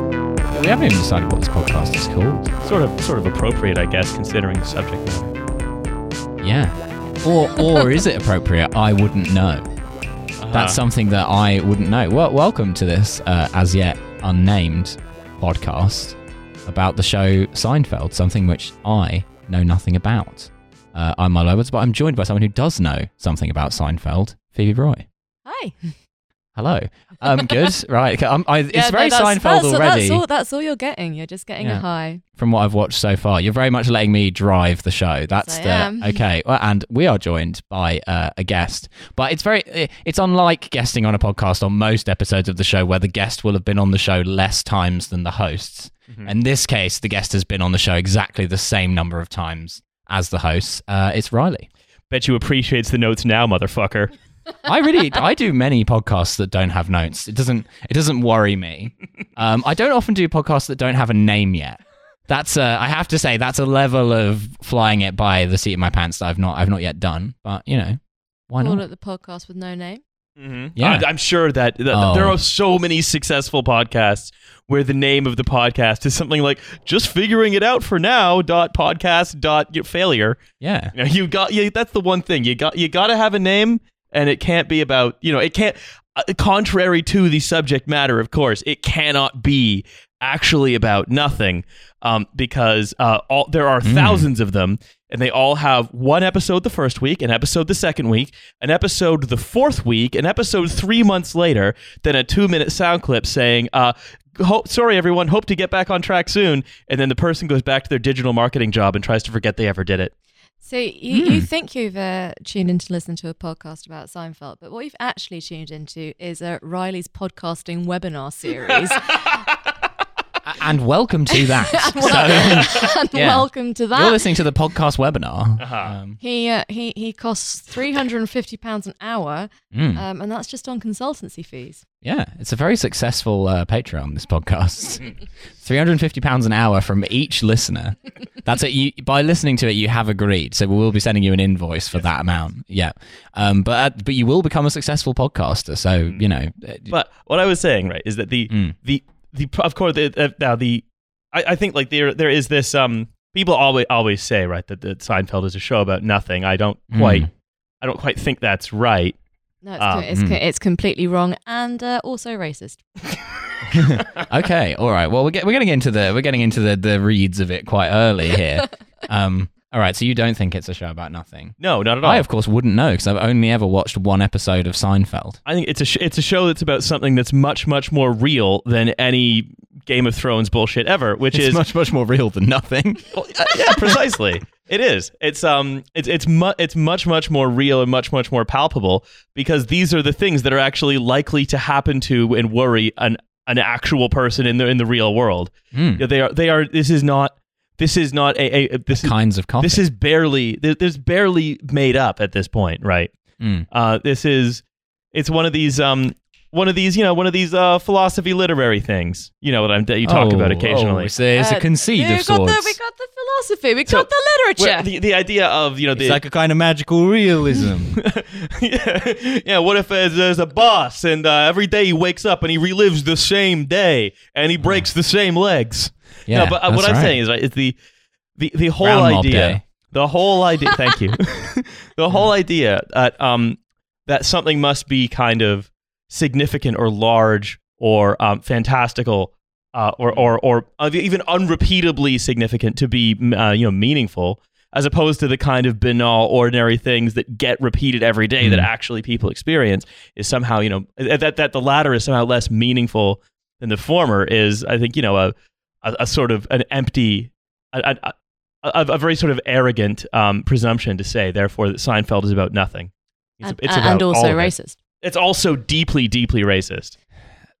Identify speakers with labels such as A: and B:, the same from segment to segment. A: We haven't even decided what this podcast is called.
B: Sort of, sort of appropriate, I guess, considering the subject matter.
A: Yeah. Or or is it appropriate? I wouldn't know. That's something that I wouldn't know. Well, welcome to this uh, as yet unnamed podcast about the show Seinfeld, something which I know nothing about. Uh, I'm Milo Edwards, but I'm joined by someone who does know something about Seinfeld, Phoebe Roy.
C: Hi.
A: Hello. Um, good. Right. Um, I, it's
C: Yeah, no,
A: very
C: that's-
A: Seinfeld
C: that's,
A: already
C: That's all, that's all you're getting. You're just getting
A: Yeah.
C: a high.
A: from what I've watched so far. You're very much letting me drive the show. That's
C: I
A: the
C: am.
A: okay. Well, and we are joined by uh, a guest, but it's very i- it's unlike guesting on a podcast on most episodes of the show where the guest will have been on the show less times than the hosts. In this case, the guest has been on the show exactly the same number of times as the hosts. Uh, it's Riley.
B: Bet you appreciates the notes now, motherfucker.
A: I really I do many podcasts that don't have notes. It doesn't it doesn't worry me. Um, I don't often do podcasts that don't have a name yet. That's a, I have to say that's a level of flying it by the seat of my pants that I've not I've not yet done. But you know, why
C: Call
A: not?
C: it the podcast with no name.
B: Mm-hmm.
A: Yeah.
B: I, am sure that, that
A: Oh.
B: there are so many successful podcasts where the name of the podcast is something like "Just Figuring It Out for Now." Dot podcast. Dot your failure.
A: Yeah.
B: You, know, you got. You, that's the one thing you got. You got to have a name, and it can't be about. You know, it can't. Uh, contrary to the subject matter, of course, it cannot be actually about nothing, um, because uh, all there are
A: Mm.
B: thousands of them, and they all have one episode the first week, an episode the second week, an episode the fourth week, an episode three months later, then a two-minute sound clip saying. Uh, Hope, sorry, everyone. Hope to get back on track soon. And then the person goes back to their digital marketing job and tries to forget they ever did it.
C: So you, you
A: Hmm.
C: think you've uh, tuned in to listen to a podcast about Seinfeld, but what you've actually tuned into is uh, Riley's podcasting webinar series.
A: A- And welcome to
C: and
A: that.
C: wel- and
A: yeah.
C: welcome to
A: so you're
C: that.
A: listening to the podcast webinar. Um,
C: he, uh, he, he costs £350 an hour,
A: mm.
C: um, and that's just on consultancy fees.
A: Yeah, it's a very successful uh, Patreon. This podcast, three hundred and fifty pounds an hour from each listener. That's it. You, by listening to it, you have agreed. So we will be sending you an invoice for that amount. Yeah, um, but uh, but you will become a successful podcaster. So
B: Mm.
A: you know, uh,
B: But what I was saying, right, is that the
A: Mm.
B: the the of course the, uh, now the I, I think like there there is this um people always always say right that, that Seinfeld is a show about nothing. I don't
A: Mm.
B: quite I don't quite think that's right.
C: No, it's,
B: Ah,
C: co-
A: hmm.
C: it's, co- it's completely wrong and uh, also racist.
A: okay, all right. Well, we're get, we're getting into the we're getting into the the reads of it quite early here. um, all right. So you don't think it's a show about nothing?
B: No, not at all.
A: I
B: I,
A: of course wouldn't know because I've only ever watched one episode of Seinfeld.
B: think it's a sh- it's a show that's about something that's much much more real than any Game of Thrones bullshit ever, which
A: it's
B: is
A: much much more real than nothing.
B: Well, uh, yeah, precisely. It is. It's um. It's it's mu- it's much much more real and much much more palpable because these are the things that are actually likely to happen to and worry an an actual person in the in the real world.
A: Mm.
B: They are they are. This is not. This is not a, a this is
A: Kinds of coffee.
B: this is barely there- there's barely made up at this point, right?
A: Mm.
B: Uh, this is it's one of these um one of these you know one of these uh philosophy literary things you know what I'm that you talk
A: Oh,
B: about occasionally.
A: it's a, it's a
C: Uh,
A: conceit
C: we
A: of
C: got
A: sorts.
C: The, we got the philosophy. We
B: So,
C: got the
B: Where
C: literature.
B: the, the idea of you know the
A: it's like a kind of magical realism.
B: yeah, yeah. What if uh, there's a boss and uh, every day he wakes up and he relives the same day and he breaks the same legs?
A: yeah,
B: No, but uh, what
A: that's
B: I'm
A: right.
B: saying is, right, it's the the the whole
A: Groundhog
B: idea,
A: Day.
B: the whole idea. thank you. the whole idea that um that something must be kind of significant or large or um, fantastical. Uh, or, or, or even unrepeatably significant to be uh, you know meaningful as opposed to the kind of banal, ordinary things that get repeated every day that
A: Mm.
B: actually people experience is somehow, you know, that, that the latter is somehow less meaningful than the former is, I think, you know, a, a, a sort of an empty, a, a, a, a very sort of arrogant um, presumption to say, therefore, that Seinfeld is about nothing. It's,
C: and, uh,
B: it's
C: and
B: about all
C: also
B: of it.
C: racist.
B: It's also deeply, deeply racist.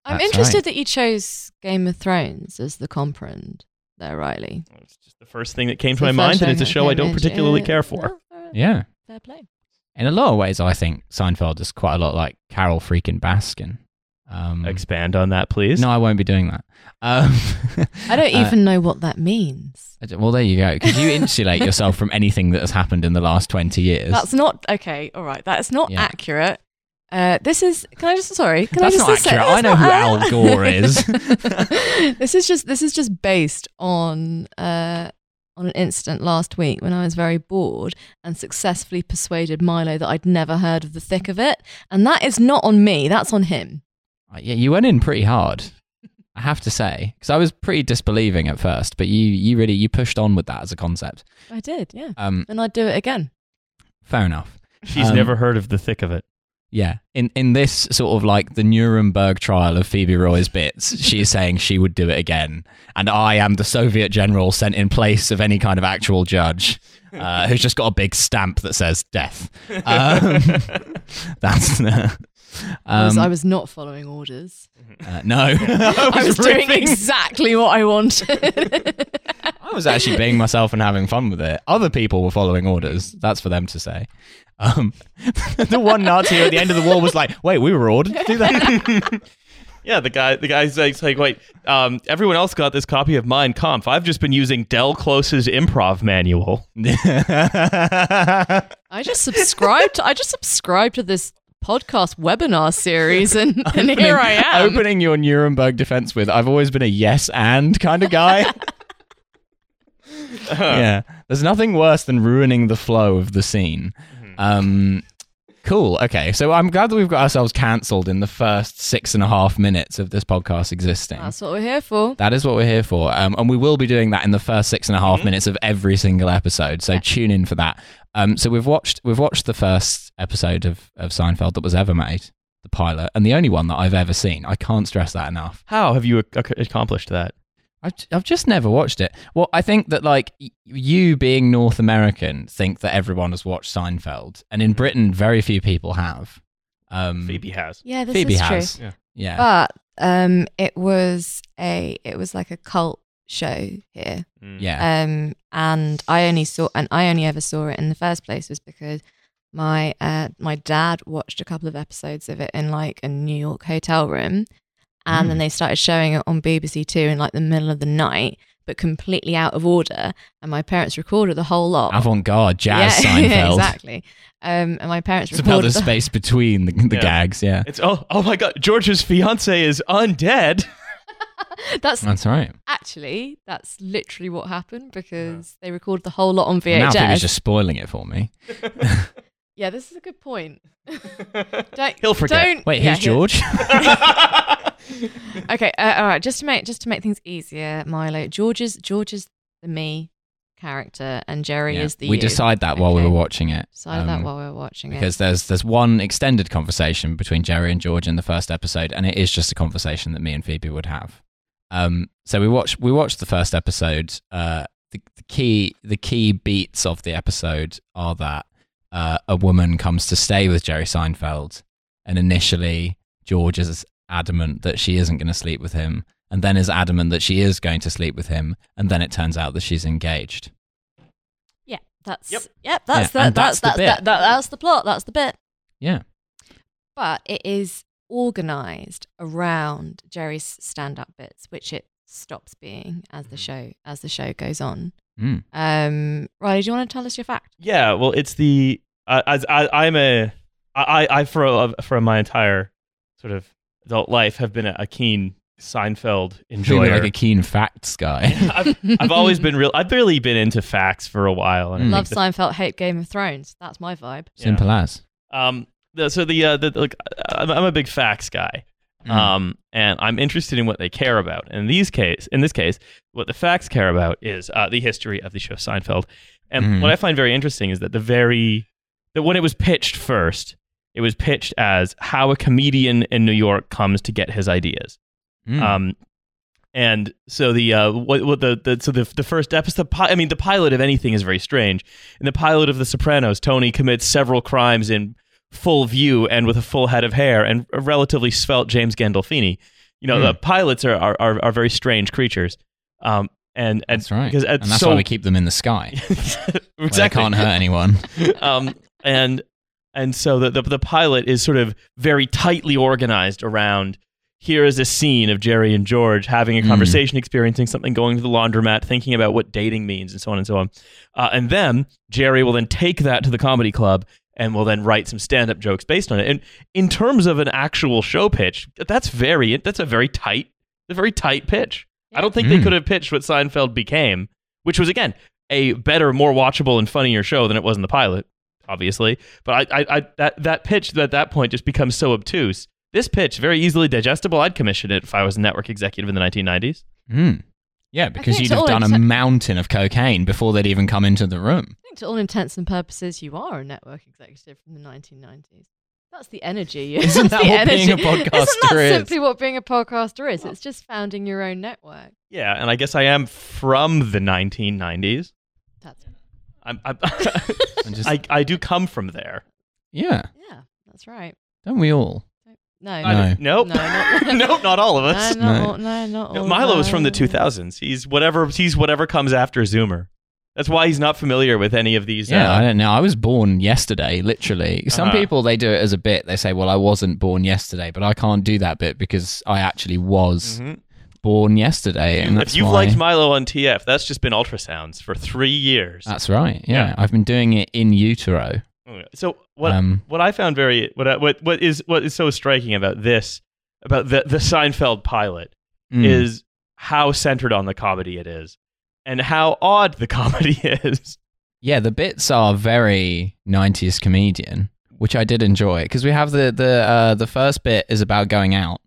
C: I'm
A: That's
C: interested
A: right.
C: that you chose Game of Thrones as the comprend there, Riley.
B: It's just the first thing that came
C: It's
B: to my
C: the
B: mind,
C: first
B: and it's a
C: thing
B: show
C: that
B: I don't
C: came into-
B: particularly
C: uh,
B: care for.
C: no, uh,
A: Yeah,
C: Fair play.
A: in a lot of ways, I think Seinfeld is quite a lot like Carol freaking Baskin. Um,
B: Expand on that, please.
A: no, I won't be doing that. Um,
C: I don't
A: uh,
C: even know what that means.
A: I don't- well, there you go. Because you insulate yourself from anything that has happened in the last twenty years.
C: That's not okay. All right, that's not
A: Yeah.
C: accurate. Uh, this is. Can I just? Sorry. Can
A: That's
C: I just
A: not
C: say-
A: accurate. I
C: that's
A: know
C: not
A: who
C: accurate.
A: Al Gore is.
C: this is just. This is just based on uh, on an incident last week when I was very bored and successfully persuaded Milo that I'd never heard of the thick of it, and that is not on me. That's on him.
A: Uh, Yeah, you went in pretty hard. I have to say, because I was pretty disbelieving at first, but you you really you pushed on with that as a concept.
C: I did. Yeah.
A: Um,
C: And I'd do it again.
A: fair enough.
B: She's
A: Um,
B: never heard of the thick of it.
A: Yeah. In in this sort of like the Nuremberg trial of Phoebe Roy's bits, she is saying she would do it again, and I am the Soviet general sent in place of any kind of actual judge, uh, who's just got a big stamp that says death. Um, that's. uh,
C: I, was,
A: um,
C: I was not following orders.
A: uh, no.
C: I was doing
B: riffing.
C: exactly what I wanted.
A: I was actually being myself and having fun with it. Other people were following orders. That's for them to say. Um, the one Nazi at the end of the war was like, "Wait, we were ordered to do that."
B: Yeah, the guy, the guy's like, like wait, um, everyone else got this copy of Mein Kampf. I've just been using Del Close's improv manual.
C: I just subscribed. I just subscribed to this podcast webinar series, and, and here I am.
A: Opening your Nuremberg defense with, "I've always been a yes and kind of guy." yeah, there's nothing worse than ruining the flow of the scene. Um, cool. Okay, so I'm glad that we've got ourselves cancelled in the first six and a half minutes of this podcast existing.
C: That's what we're here for.
A: That is what we're here for. Um, and we will be doing that in the first six and a
B: Mm-hmm.
A: half minutes of every single episode. So tune in for that. Um, so we've watched we've watched the first episode of, of Seinfeld that was ever made, the pilot, and the only one that I've ever seen. I can't stress that enough.
B: How have you ac- accomplished that?
A: I've, I've just never watched it. Well, I think that like y- you being North American think that everyone has watched Seinfeld, and in Britain, very few people have. Um,
B: Mm-hmm. Phoebe has.
C: Yeah, this
A: Phoebe
C: is
A: has.
C: true.
B: Yeah.
A: Yeah.
C: But um, it was a it was like a cult show here.
A: yeah.
C: Um, and I only saw and I only ever saw it in the first place was because my uh, my dad watched a couple of episodes of it in like a New York hotel room, and
A: Mm.
C: then they started showing it on BBC Two in like the middle of the night, but completely out of order. And my parents recorded the whole lot.
A: Avant garde jazz
C: yeah,
A: Seinfeld.
C: yeah, exactly. Um, and my parents
A: It's about
C: recorded
A: the
C: the
A: space between the, the
B: Yeah.
A: gags. Yeah.
B: It's oh oh my god, George's fiance is undead.
C: That's
A: That's all right.
C: actually that's literally what happened because they recorded the whole lot on
A: Now
C: VHS.
A: Phoebe's just spoiling it for me.
C: yeah, this is a good point. don't,
B: He'll forget.
C: Don't,
A: Wait,
C: yeah,
A: who's
C: he'll-
A: George?
C: Okay, uh, all right. Just to make just to make things easier, Milo, George's George's the me character, and Jerry
A: Yeah.
C: is the
A: we
C: you.
A: decide that while we
C: Okay.
A: were watching it.
C: Decided
A: um,
C: that while we were watching it.
A: Because there's there's one extended conversation between Jerry and George in the first episode, and it is just a conversation that me and Phoebe would have. Um, so we watched we watched the first episode. Uh, the, the key the key beats of the episode are that uh, a woman comes to stay with Jerry Seinfeld, and initially George is adamant that she isn't going to sleep with him, and then is adamant that she is going to sleep with him, and then it turns out that she's engaged.
C: Yeah, that's
B: Yep.
C: yep, that's
A: Yeah,
C: the,
A: and
C: that's
A: that's the
C: that's
A: bit.
C: that, that, that's the plot. That's the bit.
A: Yeah,
C: but it is organized around Jerry's stand-up bits, which it stops being as the show as the show goes on.
A: Mm.
C: Um, Riley, do you want to tell us your fact?
B: Yeah, well, it's the uh, as I, I'm a I I for a, for my entire sort of adult life have been a, a keen Seinfeld
A: Phoebe,
B: enjoyer.
A: like a keen facts guy.
B: I've, I've always been real. I've barely been into facts for a while,
A: Mm.
B: and I think
C: Love
B: the-
C: Seinfeld, hate Game of Thrones. That's my vibe.
B: Yeah.
A: Simple as.
B: Um, the, so the, uh, the look, I'm, I'm a big facts guy. Um, and I'm interested in what they care about. In these case, in this case, what the facts care about is uh, the history of the show Seinfeld. And
A: Mhm.
B: what I find very interesting is that the very that when it was pitched first, it was pitched as how a comedian in New York comes to get his ideas.
A: Mm.
B: Um, and so the uh, what, what the, the so the the first episode, pi- I mean, the pilot of anything is very strange. In the pilot of The Sopranos, Tony commits several crimes in full view and with a full head of hair and a relatively svelte James Gandolfini. You know,
A: Hmm.
B: the pilots are, are are are very strange creatures. Um, and and
A: that's right.
B: because
A: and
B: it's
A: that's
B: so
A: why we keep them in the sky. where
B: exactly
A: They can't hurt anyone.
B: um, and and so the, the the pilot is sort of very tightly organized around. Here is a scene of Jerry and George having a
A: Mm.
B: conversation, experiencing something, going to the laundromat, thinking about what dating means, and so on and so on. Uh, and then Jerry will then take that to the comedy club and will then write some stand-up jokes based on it. And in terms of an actual show pitch, that's very that's a very tight, a very tight pitch. I don't think they
A: Mm.
B: could have pitched what Seinfeld became, which was again a better, more watchable and funnier show than it was in the pilot, obviously. But I, I, I that that pitch at that point just becomes so obtuse. This pitch very easily digestible. I'd commission it if I was a network executive in the 1990s.
A: Mm. Yeah, because
C: think
A: you'd
C: to
A: have
C: all
A: done a
C: inten-
A: mountain of cocaine before they'd even come into the room.
C: I think to all intents and purposes, you are a network executive from the 1990s. That's the energy.
A: Isn't
C: That's
A: that
C: the
A: what being
C: energy.
A: a podcaster
C: Isn't that
A: is?
C: simply what being a podcaster is? It's just founding your own network.
B: Yeah, and I guess I am from the 1990s.
C: That's
B: I'm, i
A: And just,
B: I, I do come from there.
A: yeah,
C: yeah, that's right.
A: don't we all?
C: No,
A: No.
B: I- nope.
C: No, not-
B: nope, not all of
C: no,
B: us.
C: not
A: No.
C: all- no, not all.
B: Milo is from the
C: no.
B: 2000s. He's whatever he's whatever comes after Zoomer. That's why he's not familiar with any of these.
A: Yeah, I
B: uh,
A: don't know. I was born yesterday, literally. Some
B: Uh-huh.
A: people they do it as a bit. They say, "Well, I wasn't born yesterday, but I can't do that bit because I actually was
B: mhm.
A: born yesterday." And that's
B: if you've
A: why-
B: liked Milo on TF, that's just been ultrasounds for three years.
A: that's right. Yeah.
B: Yeah.
A: I've been doing it in utero.
B: So what
A: Um,
B: what I found very what I, what what is what is so striking about this about the the Seinfeld pilot
A: Mm.
B: is how centered on the comedy it is and how odd the comedy is.
A: yeah, the bits are very '90s comedian, which I did enjoy because we have the the uh, the first bit is about going out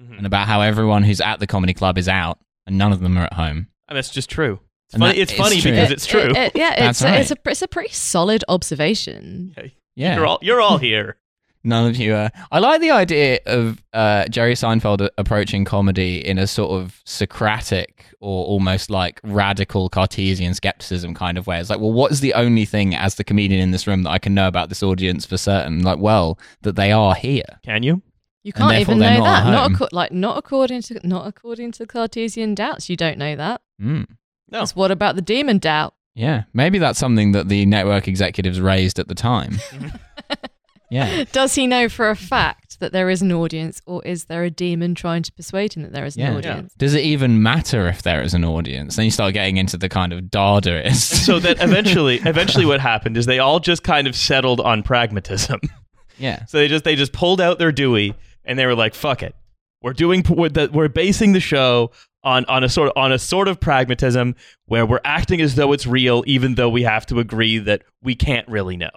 C: Mm-hmm.
A: and uh, about how everyone who's at the comedy club is out and none of them are at home.
B: And that's just true. It's
A: And
B: funny,
A: that
B: it's
A: is
B: funny
A: true.
B: because
C: It-
B: it's true.
C: it- it- yeah,
A: That's
C: it's, a, it's a it's a pretty solid observation.
A: Yeah,
B: You're all you're all here.
A: None of you are. I like the idea of uh, Jerry Seinfeld a- approaching comedy in a sort of Socratic or almost like radical Cartesian skepticism kind of way. It's like, well, what is the only thing as the comedian in this room that I can know about this audience for certain? Like, well, that they are here.
B: Can you?
C: You
A: And
C: can't
A: therefore
C: even
A: they're
C: know
A: not at
C: that. Not
A: home.
C: acco- like not according to not according to Cartesian doubts. You don't know that.
A: Mm.
B: No.
C: 'Cause what about the demon doubt?
A: Yeah, maybe that's something that the network executives raised at the time. yeah,
C: Does he know for a fact that there is an audience, or is there a demon trying to persuade him that there is an
A: yeah.
C: audience?
A: Does it even matter if there is an audience? Then you start getting into the kind of Dadaist.
B: So that eventually eventually what happened is they all just kind of settled on pragmatism.
A: yeah,
B: So they just they just pulled out their Dewey and they were like, "Fuck it, we're doing we're, the, we're basing the show on on a sort of, on a sort of pragmatism where we're acting as though it's real, even though we have to agree that we can't really know."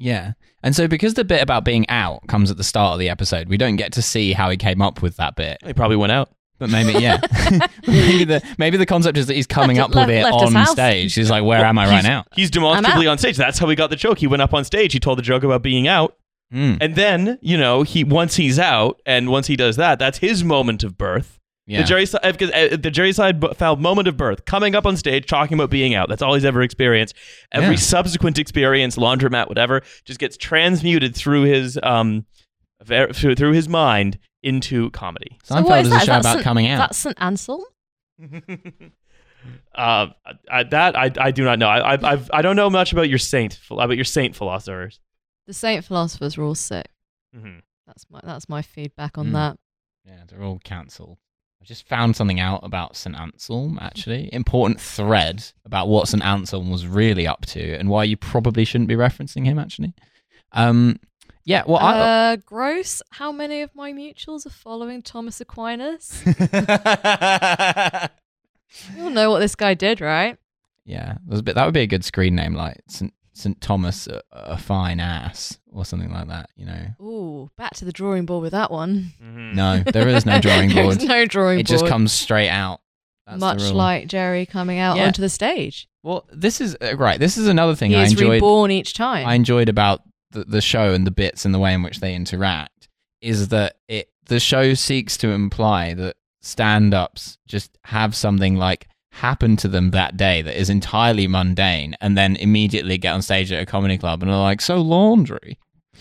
A: yeah. And so because the bit about being out comes at the start of the episode, we don't get to see how he came up with that bit.
B: They probably went out.
A: But maybe yeah, maybe the maybe the concept is that he's coming up
C: Left-
A: with
C: left-
A: it
C: left his
A: on
C: house.
A: stage. He's like, where am I right
B: He's-
A: now?
B: He's demonstrably on stage. That's how he got the joke. He went up on stage. He told the joke about being out,
A: Mm,
B: and then you know he once he's out, and once he does that, that's his moment of birth.
A: yeah.
B: The Jerry Si- uh, because, uh, the Jerry Seinfeld moment of birth, coming up on stage, talking about being out. That's all he's ever experienced. Every
A: Yeah.
B: subsequent experience, laundromat, whatever, just gets transmuted through his um, ver- through, through his mind into comedy.
C: So what
A: Seinfeld
C: is
A: is, a
C: that? Is
A: show
C: that
A: about
C: some-
A: coming
C: Is
A: out.
C: that St. Anselm?
B: Uh, I, that I, I do not know. I I I've, I don't know much about your saint about your saint philosophers.
C: The saint philosophers were all sick.
B: Mhm.
C: That's my that's my feedback on
A: Mm.
C: that.
A: Yeah, they're all cancelled. I just found something out about St. Anselm, actually. Important thread about what St. Anselm was really up to and why you probably shouldn't be referencing him, actually. Um, yeah, well, I.
C: uh, gross. How many of my mutuals are following Thomas Aquinas? Uh, you all know what this guy did, right?
A: yeah, there's a bit, that would be a good screen name, like St. St. Thomas, a, a fine ass, or something like that, you know.
C: Ooh, back to the drawing board with that one.
B: Mhm.
A: No, there is no drawing
C: Hmm. There is
A: board.
C: no drawing
A: it just
C: board.
A: comes straight out. That's the
C: much
A: rule.
C: like Jerry coming out
A: Yeah.
C: onto the stage.
A: Well, this is. Uh, right, this is another thing
C: He
A: I
C: is
A: enjoyed.
C: reborn each time.
A: I enjoyed about the, the show and the bits and the way in which they interact is that it the show seeks to imply that stand-ups just have something like happen to them that day that is entirely mundane and then immediately get on stage at a comedy club and are like so laundry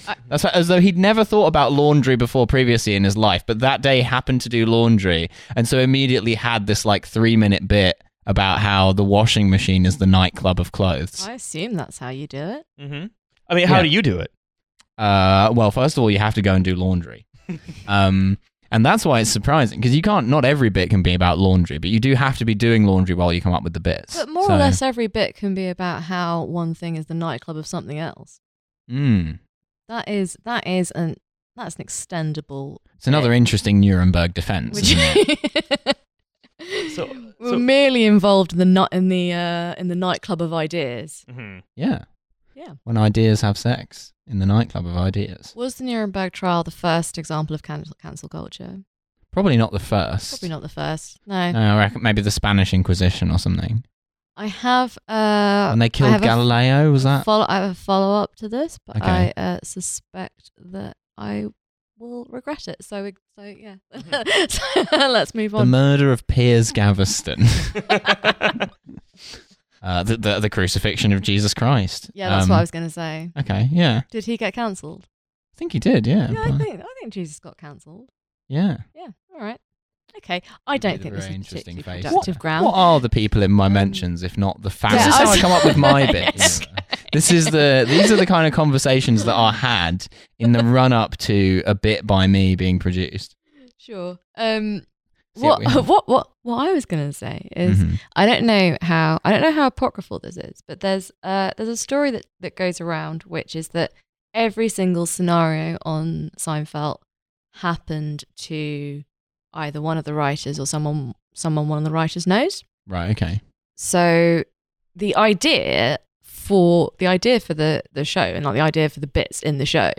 C: I-
A: that's like, as though he'd never thought about laundry before previously in his life but that day happened to do laundry and so immediately had this like three minute bit about how the washing machine is the nightclub of clothes
C: I assume that's how you do it.
B: Mhm. I mean, how
A: Yeah.
B: do you do it?
A: Uh, well, first of all, you have to go and do laundry. um, and that's why it's surprising because you can't, not every bit can be about laundry, but you do have to be doing laundry while you come up with the bits.
C: But more
A: So-
C: or less, every bit can be about how one thing is the nightclub of something else.
A: Mm.
C: That is that is an that's an extendable.
A: It's another interesting Nuremberg defense.
C: Which
A: isn't it?
B: So-
C: we're
B: so-
C: merely involved in the not in the uh, in the nightclub of ideas.
B: Mhm.
A: yeah.
C: Yeah.
A: When ideas have sex in the nightclub of ideas.
C: Was the Nuremberg trial the first example of cancel cancel culture?
A: Probably not the first.
C: Probably not the first. No,
A: No, I reckon maybe the Spanish Inquisition or something.
C: I have. Uh,
A: when they
C: I
A: killed
C: have a
A: Galileo, was that?
C: Follow, I have a follow up to this, but
A: Okay.
C: I uh, suspect that I will regret it. So, we- so yeah, So, let's move
A: Mm-hmm. the
C: on.
A: murder of Piers Gaveston. uh, the, the, the crucifixion of Jesus Christ.
C: yeah, that's
A: Um,
C: what I was going to say.
A: Okay, yeah.
C: Did he get cancelled?
A: I think he did, yeah.
C: Yeah,
A: but-
C: I think I think Jesus got cancelled.
A: yeah.
C: Yeah, all right, okay. I don't
A: Made a
C: think this
A: very
C: is
A: interesting
C: particularly
A: face
C: productive
A: there.
C: ground. Um,
A: What are the people in my mentions if not the family?
C: Yeah,
A: this is
C: I
A: how I
C: was-
A: come up with my bits. This is the these are the kind of conversations that are had in the run up to a bit by me being produced.
C: Sure. Um,
A: See what
C: what,
A: we have.
C: what what what I was going to say is
A: Mhm.
C: I don't know how I don't know how apocryphal this is, but there's uh there's a story that that goes around which is that every single scenario on Seinfeld happened to either one of the writers or someone someone one of the writers knows.
A: Right, okay.
C: So the idea for the idea for the the show and like the idea for the bits in the show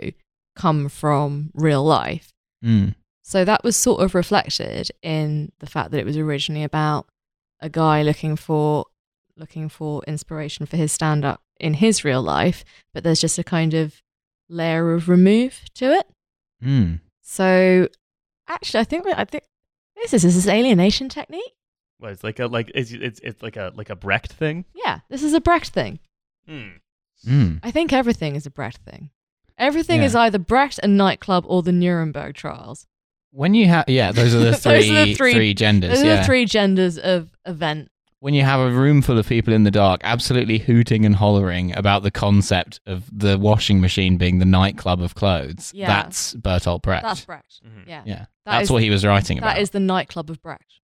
C: come from real life.
A: Mm.
C: So that was sort of reflected in the fact that it was originally about a guy looking for looking for inspiration for his stand up in his real life, but there's just a kind of layer of remove to it.
A: Mm.
C: So actually I think I think this is this is alienation technique.
B: What, it's like a like it's, it's it's like a like a Brecht thing.
C: Yeah, this is a Brecht thing.
B: Mm.
A: Mm.
C: I think everything is a Brecht thing. Everything
A: Yeah.
C: is either Brecht and nightclub or the Nuremberg trials.
A: When you have yeah, those are the
C: Those
A: three
C: are the three-
A: three genders.
C: Those are
A: yeah.
C: the three genders of event
A: when you have a room full of people in the dark absolutely hooting and hollering about the concept of the washing machine being the nightclub of clothes,
C: Yeah.
A: that's Bertolt Brecht. Mm.
C: That's Brecht.
B: Mhm.
C: Yeah.
A: yeah.
C: That
A: that's
C: is-
A: what he was writing about.
C: That is the nightclub of Brecht.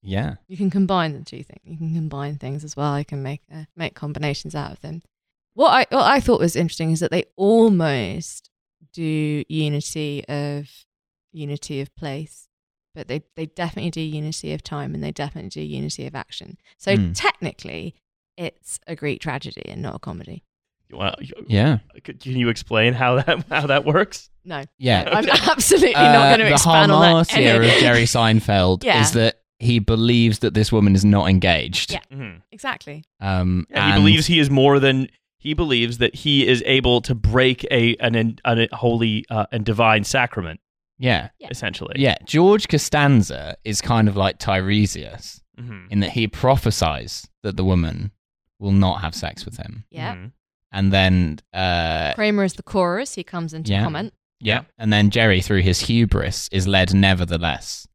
A: yeah.
C: You can combine the two things. You can combine things as well. You can make uh, make combinations out of them. What I what I thought was interesting is that they almost do unity of unity of place, but they they definitely do unity of time and they definitely do unity of action. So
A: Hmm.
C: technically, it's a Greek tragedy and not a comedy.
B: You wanna- you-
A: Yeah.
B: could- Can you explain how that how that works?
C: No,
A: Yeah.
C: I'm absolutely
A: Uh,
C: not going
A: the
C: to expand on
A: Hamas
C: that. any-
A: era of Jerry Seinfeld
C: Yeah.
A: is that he believes that this woman is not engaged.
C: Yeah.
B: Mm-hmm.
C: exactly.
A: Um,
B: Yeah,
A: and
B: he believes he is more than he believes that he is able to break a an, an, a holy uh, and divine sacrament.
A: Yeah.
B: Essentially,
A: Yeah. George Costanza is kind of like Tiresias
B: Mm-hmm.
A: in that he prophesies that the woman will not have sex with him.
C: Yeah.
B: Mm-hmm.
A: And then uh,
C: Kramer is the chorus. He comes in to
A: Yeah.
C: comment.
A: Yeah. And then Jerry, through his hubris, is led nevertheless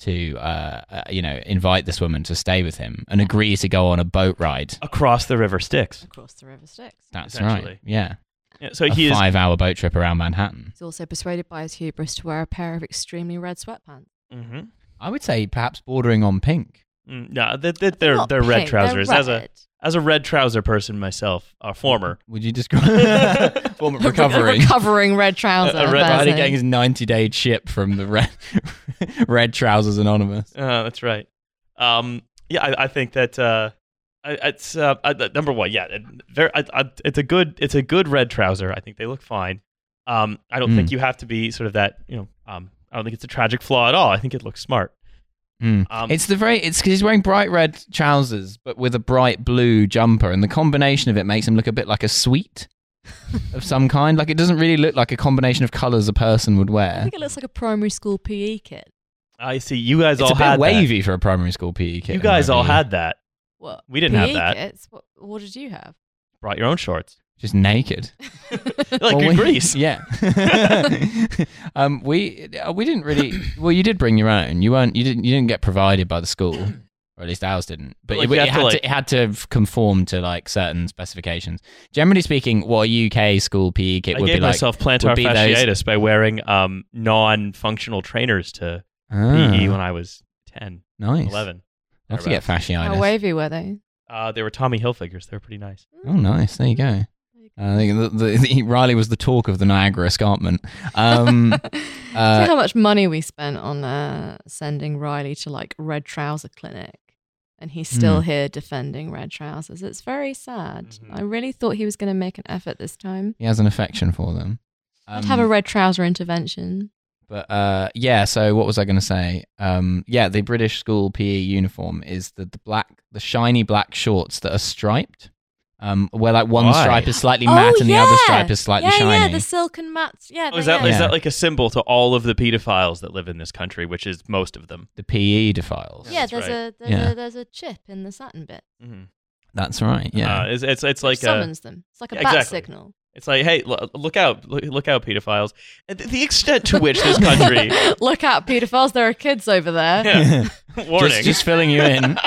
A: to, uh, uh, you know, invite this woman to stay with him and agree to go on a boat ride.
B: across the river Styx.
C: across the River Styx.
A: That's
B: Essentially.
A: right. Yeah.
B: Yeah, so
A: a
B: he is.
A: five hour boat trip around Manhattan.
C: He's also persuaded by his hubris to wear a pair of extremely red sweatpants.
B: Mm-hmm.
A: I would say perhaps bordering on pink.
B: Mm, no, that that they're they're, red trousers. As a as a red trouser person myself, a former.
A: Would you describe form of recovery?
C: recovering red trousers.
B: A- a red-
A: Riley
C: person.
A: getting his 90 day chip from the Red, red Trousers Anonymous.
B: Uh, that's right. Um, yeah, I, I think that uh, I, it's uh, I, that- number one. Yeah, it- very, I, I, it's a good it's a good red trouser. I think they look fine. Um, I don't
A: Hmm.
B: think you have to be sort of that. You know, um, I don't think it's a tragic flaw at all. I think it looks smart.
A: Mm.
B: Um,
A: it's the very it's because he's wearing bright red trousers but with a bright blue jumper and the combination of it makes him look a bit like a sweet of some kind like it doesn't really look like a combination of colors a person would
C: I
A: wear
C: think it looks like a primary school PE kit.
B: I see. You guys
A: it's
B: all
A: a bit
B: had
A: wavy for a primary school PE
B: That.
A: kit
B: You
A: in
B: guys
A: my
B: all
A: view.
B: had that.
C: What?
B: We didn't have
C: PE
B: that.
C: Kits? What, what did you have?
B: Brought your own shorts,
A: just naked
B: like
A: Well,
B: in
A: we-
B: Greece.
A: yeah um we uh, we didn't really well you did bring your own you weren't you didn't you didn't get provided by the school or at least ours didn't but,
B: Like,
A: it,
B: you
A: it
B: have to,
A: had to, it
B: like-
A: had to conform to like certain specifications generally speaking what a uk school pe kit
B: I
A: would
B: gave
A: be like
B: myself plantar
A: would be those-
B: fasciitis by wearing um, non-functional trainers to
A: Ah,
B: PE E when I was 10,
A: nice
B: 11.
A: I'll have to get
B: around.
A: fasciitis
C: How wavy were they?
B: Uh, they were Tommy Hilfigers. They were pretty nice.
A: oh nice there you go
C: There you
A: I think the, the, the, Riley was the talk of the Niagara Escarpment. Um,
C: See how much money we spent on uh, sending Riley to like Red Trouser Clinic, and he's still
A: Mm.
C: here defending Red Trousers. It's very sad.
B: Mhm.
A: Mm-hmm.
C: I really thought he was going to make an effort this time.
A: he has an affection for them.
C: I'd
A: Um,
C: have a red trouser intervention.
A: But uh, yeah, so what was I going to say? Um, yeah, the British school PE uniform is the, the black, the shiny black shorts that are striped. Um, where like one
B: Why?
A: stripe is slightly matte
C: Oh,
A: and the other
C: yeah.
A: stripe is slightly
C: yeah,
A: shiny.
C: yeah, the silken mats. Yeah,
B: Oh, is
C: they-
B: that
C: yeah.
B: is that like a symbol to all of the pedophiles that live in this country, which is most of them?
A: the PE defiles.
C: Yeah,
B: That's
C: there's
B: right.
C: a there's,
A: Yeah.
C: a there's a chip in the satin bit.
A: Mm-hmm. That's right. Yeah.
B: Uh, it's, it's it's
C: Like
B: like a,
C: summons them. It's like a
B: Yeah,
C: bat
B: exactly.
C: signal.
B: it's like hey lo- look out look, look out pedophiles. And th- the extent to which this country
C: Look out, pedophiles! There are kids over there.
B: Yeah. warning
A: Just, just filling you in.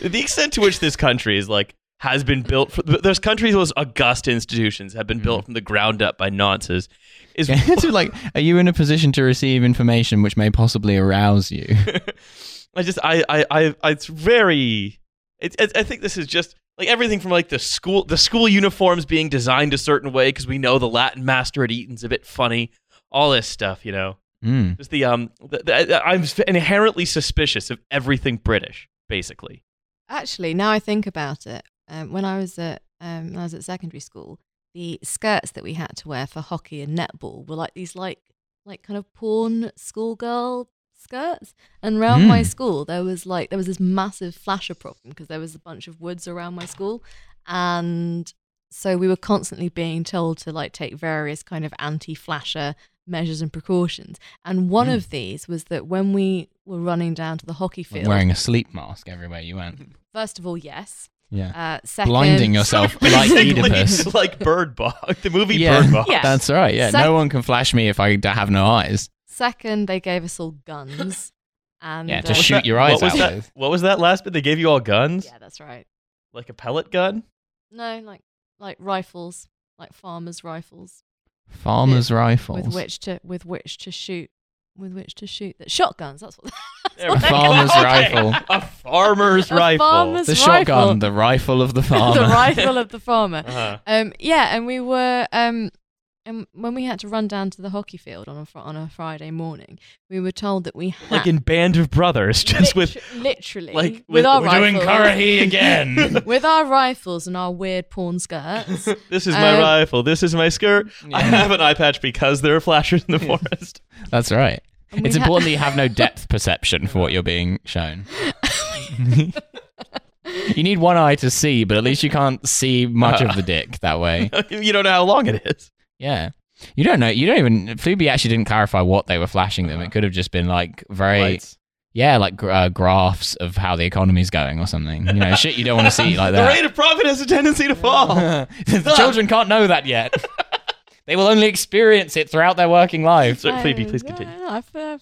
B: the extent to which this country is like has been built for th- those countries those august institutions have been
A: Mm-hmm.
B: built from the ground up by nonces is
A: so like, are you in a position to receive information which may possibly arouse you?
B: I just I I I, I it's very. It, it, I think this is just like everything from like the school the school uniforms being designed a certain way because we know the Latin master at Eton's a bit funny. All this stuff, you know,
A: Mm.
B: just the um. The, the, I'm inherently suspicious of everything British, basically.
C: Actually, now I think about it, um, when I was at um, when I was at secondary school, the skirts that we had to wear for hockey and netball were like these like like kind of porn schoolgirl skirts. And around my
A: Mm.
C: school, there was like there was this massive flasher problem because there was a bunch of woods around my school, and so we were constantly being told to like take various kind of anti-flasher measures and precautions. And one of these was that when we were running down to the hockey field,
A: Wearing a sleep mask everywhere you went.
C: first of all, yes.
A: Yeah.
C: Uh, second,
A: Blinding yourself like
B: Basically,
A: Oedipus.
B: like Bird Box, the movie
A: Yeah.
B: Bird Box.
C: Yeah.
A: That's right. Yeah.
C: Sec-
A: no one can flash me if I d- have no eyes.
C: Second, they gave us all guns. And
A: Yeah, to
C: uh,
A: shoot your eyes
B: what was
A: out
B: that?
A: with.
B: What was that last bit? They gave you all guns,
C: Yeah, that's right.
B: like a pellet gun.
C: No, like like rifles, like farmers' rifles,
A: Farmer's rifles.
C: with which to with which to shoot, with which to shoot. The shotguns. That's what. That's
B: There
C: what
B: we
C: they
B: go.
A: farmer's
B: Okay.
A: rifle.
B: A farmer's
C: A
B: rifle.
C: farmer's-
A: The
C: This
A: shotgun,
C: rifle.
A: the rifle of the
C: call-
A: farmer.
C: the rifle of the farmer.
B: Uh-huh.
C: Um, yeah, and we were um, and when we had to run down to the hockey field on a fr- on a Friday morning, we were told that we had
B: like in Band of Brothers, just with
C: lit- literally
B: like
C: with, our rifles,
A: again.
C: with our rifles and our weird porn skirts.
B: this is my
C: Um,
B: rifle, this is my skirt. I have an eye patch because there are flashers in the forest.
A: That's right.
C: and we
A: It's
C: had-
A: important that you have no depth perception for what you're being shown. you need one eye to see, but at least you can't see much of the dick that way.
B: you don't know how long it is.
A: Yeah. You don't know. You don't even. Fluby actually didn't clarify what they were flashing them. It could have just been like very,
B: Lights.
A: yeah, like gr- uh, graphs of how the economy's going or something. You know, shit you don't want to see like
B: The
A: that.
B: rate of profit has a tendency to fall.
A: the children can't know that yet. they will only experience it throughout their working life.
B: So, Phoebe,
C: Oh,
B: please
C: no,
B: continue.
C: No, I've, uh,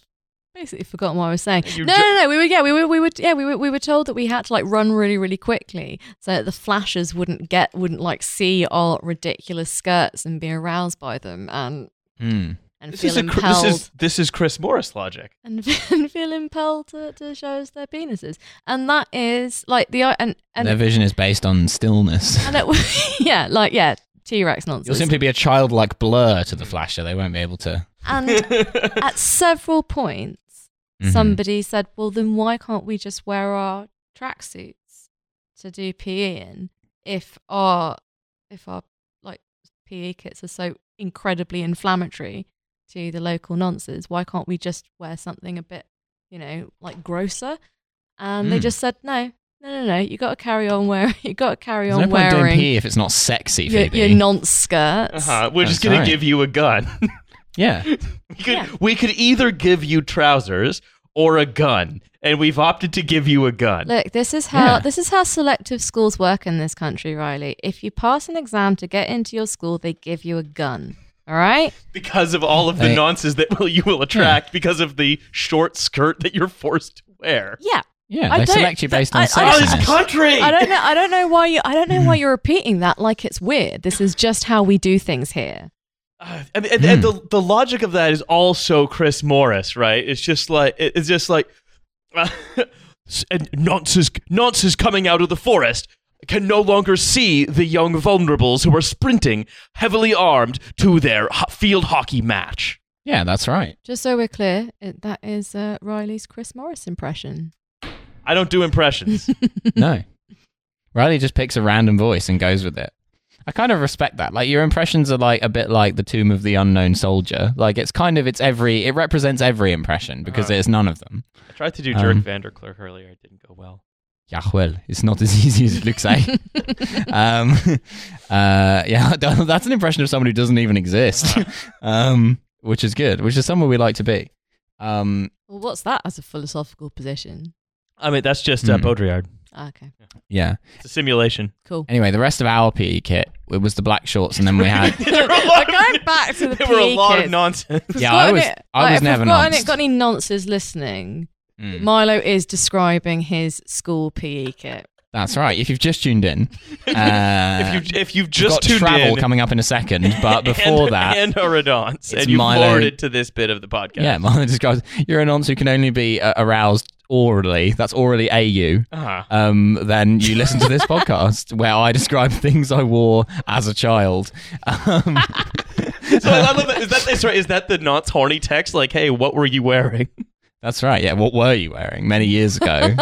C: basically forgotten what I was saying.
B: You
C: no,
B: ju-
C: no, no. We were yeah, we were we were yeah, we were we were told that we had to like run really, really quickly so that the flashers wouldn't get wouldn't like see our ridiculous skirts and be aroused by them and
A: Hmm.
C: and
B: This
C: feel
B: is, a, cr-
C: impelled
B: this is this is Chris Morris logic.
C: and, and feel impelled to, to show us their penises. And that is like the and and
A: Their vision is based on stillness.
C: and it was yeah, like yeah, T Rex nonsense.
A: You'll simply be a childlike blur to the flasher. They won't be able to.
C: and at several points
A: Mhm.
C: somebody said, well, then why can't we just wear our tracksuits to do PE in if our if our like PE kits are so incredibly inflammatory to the local nonces? Why can't we just wear something a bit, you know, like grosser? And they
A: Mm.
C: just said, no, no, no, no. You got to carry on wearing. You got to carry
A: There's
C: on
A: no point doing
C: wearing
A: PE if it's not sexy,
C: your,
A: Phoebe.
C: your nonce skirts.
B: Uh-huh. We're just
A: That's
B: going
A: right.
B: to give you a gun.
A: yeah,
B: we, could,
C: Yeah.
B: we could either give you trousers or a gun, and we've opted to give you a gun.
C: Look, this is how
A: Yeah.
C: this is how selective schools work in this country, Riley. If you pass an exam to get into your school, they give you a gun. All right?
B: because of all of the
A: They-
B: nonsense that will, you will attract because of the short skirt that you're forced to wear.
C: Yeah.
A: yeah.
C: I
A: They
C: don't-
A: select you based on
C: I- I
B: Oh,
C: don't-
A: sex.
B: this country!
C: I don't know I don't know why you I don't know why you're repeating that like it's weird. This is just how we do things here.
B: Uh, and and, and the, the logic of that is also Chris Morris, right? It's just like it- it's just like uh, and nonsense, nonsense coming out of the forest. can no longer see the young vulnerables who are sprinting, heavily armed, to their ho- field hockey match.
A: Yeah, that's right.
C: Just so we're clear, it, that is uh, Riley's Chris Morris impression.
B: I don't do impressions.
A: No. Riley just picks a random voice and goes with it. I kind of respect that. Like your impressions are like a bit like the Tomb of the Unknown Soldier. Like it's kind of it's every it represents every impression because
B: Uh-huh.
A: it's none of them.
B: I tried to do
A: Um,
B: Dirk Vanderclerc earlier. It didn't go well.
A: Yeah, well, it's not as easy as it looks like. um, uh, yeah, that's an impression of someone who doesn't even exist, um, which is good, which is somewhere we like to be. Um,
C: Well, what's that as a philosophical position?
B: I mean, that's just uh,
A: Hmm.
B: Baudrillard.
C: Ah, okay,
A: yeah.
B: It's a simulation.
C: cool.
A: Anyway, the rest of our PE kit it was the black shorts, and then we had
B: There were a lot
C: We're going
B: of-
C: back to the
B: there were a
C: PE
B: lot
C: kids.
B: of nonsense.
C: We've
A: Yeah, I
C: gotten
A: was-
C: it-
A: I
C: like,
A: was
C: if we've
A: never
C: gotten
A: nonced.
C: it- Got any nonces listening?
A: Mm,
C: Milo is describing his school PE kit.
A: that's right. If you've just tuned in, uh,
B: if you if you've
A: we've
B: just
A: got
B: tuned
A: travel
B: in,
A: coming up in a second, but before
B: and,
A: that,
B: and Oradance,
A: it's
B: and you
A: Milo-
B: forwarded to this bit of the podcast.
A: yeah, Marlon describes you're a nonce who can only be uh, aroused orally. That's orally AU.
B: Uh-huh.
A: um, then you listen to this podcast where I describe things I wore as a child. Um,
B: So I love that. Is that is, is that the nonce horny text? Like, hey, what were you wearing?
A: that's right. Yeah. What were you wearing many years ago?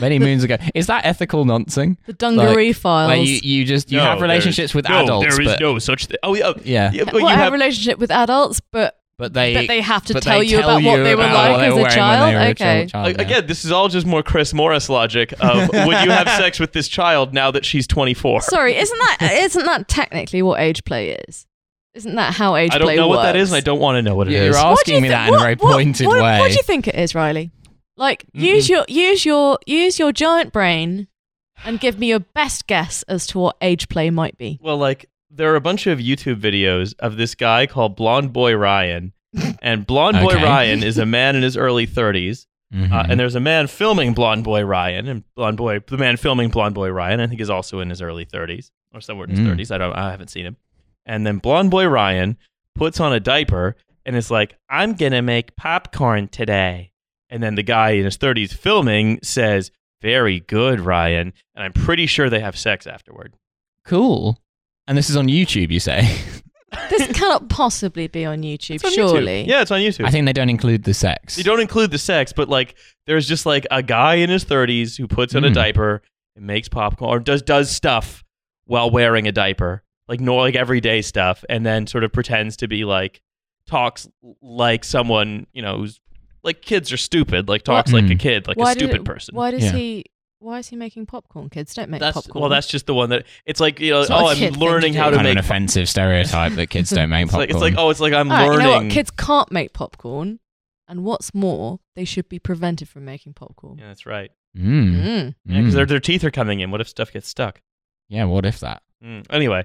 A: many moons ago. Is that ethical noncing?
C: The dungaree files.
A: Where you, you just you
B: No,
A: have
B: there
A: relationships
B: is-
A: with
B: no,
A: adults,
B: There is
A: but
B: no such thing. Oh, yeah. oh,
A: yeah,
B: yeah, but
C: well,
B: you
C: I have
B: have-
C: a relationship with adults, but
A: but they
C: but they have to
A: but
C: tell
A: they
C: you about what they were
A: about
C: like
A: what they
C: as
A: were wearing
C: a
A: when they
C: child.
A: were a
C: Okay.
A: child,
B: Like,
A: Oh, yeah.
B: Again, this is all just more Chris Morris logic of would you have sex with this child now that she's 24?
C: Sorry, isn't that isn't that technically what age play is? Isn't that how age
B: I
C: play
B: don't know what that
C: works?
B: is, and I don't want to know what it
A: You're
B: is.
A: right.
C: What do
A: asking
C: you
A: me
C: thi-
A: that in a very pointed
C: what,
A: way.
C: What do you think it is, Riley? Like use your use your use your giant brain and give me your best guess as to what age play might be.
B: Well, like, there are a bunch of YouTube videos of this guy called Blonde Boy Ryan. And Blonde Boy
A: Okay.
B: Ryan is a man in his early 30s.
A: Mhm.
B: Uh, and there's a man filming Blonde Boy Ryan, and Blonde Boy, the man filming Blonde Boy Ryan, I think is also in his early 30s or somewhere in his
A: Mm.
B: 30s. I don't, I haven't seen him. And then Blonde Boy Ryan puts on a diaper and is like, "I'm gonna make popcorn today." And then the guy in his 30s filming says, "Very good, Ryan," and I'm pretty sure they have sex afterward.
A: cool. And this is on YouTube, you say?
C: This cannot possibly be on YouTube,
B: It's on YouTube.
C: surely.
B: yeah, it's on YouTube.
A: I think they don't include the sex.
B: You don't include the sex, but like there's just like a guy in his 30s who puts on a
A: Mm.
B: diaper and makes popcorn or does does stuff while wearing a diaper, like nor like everyday stuff, and then sort of pretends to be like talks like someone you know who's like kids are stupid, like talks
A: What-
B: like a
A: Mm.
B: kid, like
C: Why
B: a
C: did
B: stupid
C: it-
B: person.
C: Why does
A: Yeah.
C: he? Why is he making popcorn? Kids don't make
B: That's
C: popcorn.
B: well, that's just the one that it's like you know.
C: It's not
B: Oh,
C: a
B: I'm
C: kid thing
B: learning
C: to
B: how
C: do.
B: to
A: kind of an
B: make.
A: offensive stereotype that kids don't make
B: It's
A: popcorn.
B: like, it's like oh, it's like I'm
C: All right,
B: learning.
C: You know what? Kids can't make popcorn, and what's more, they should be prevented from making popcorn.
B: yeah, that's right.
A: Mm,
C: Mm.
B: oh. Yeah, because
A: mm.
B: their their teeth are coming in. What if stuff gets stuck?
A: Yeah, what if that?
B: Mm. Anyway,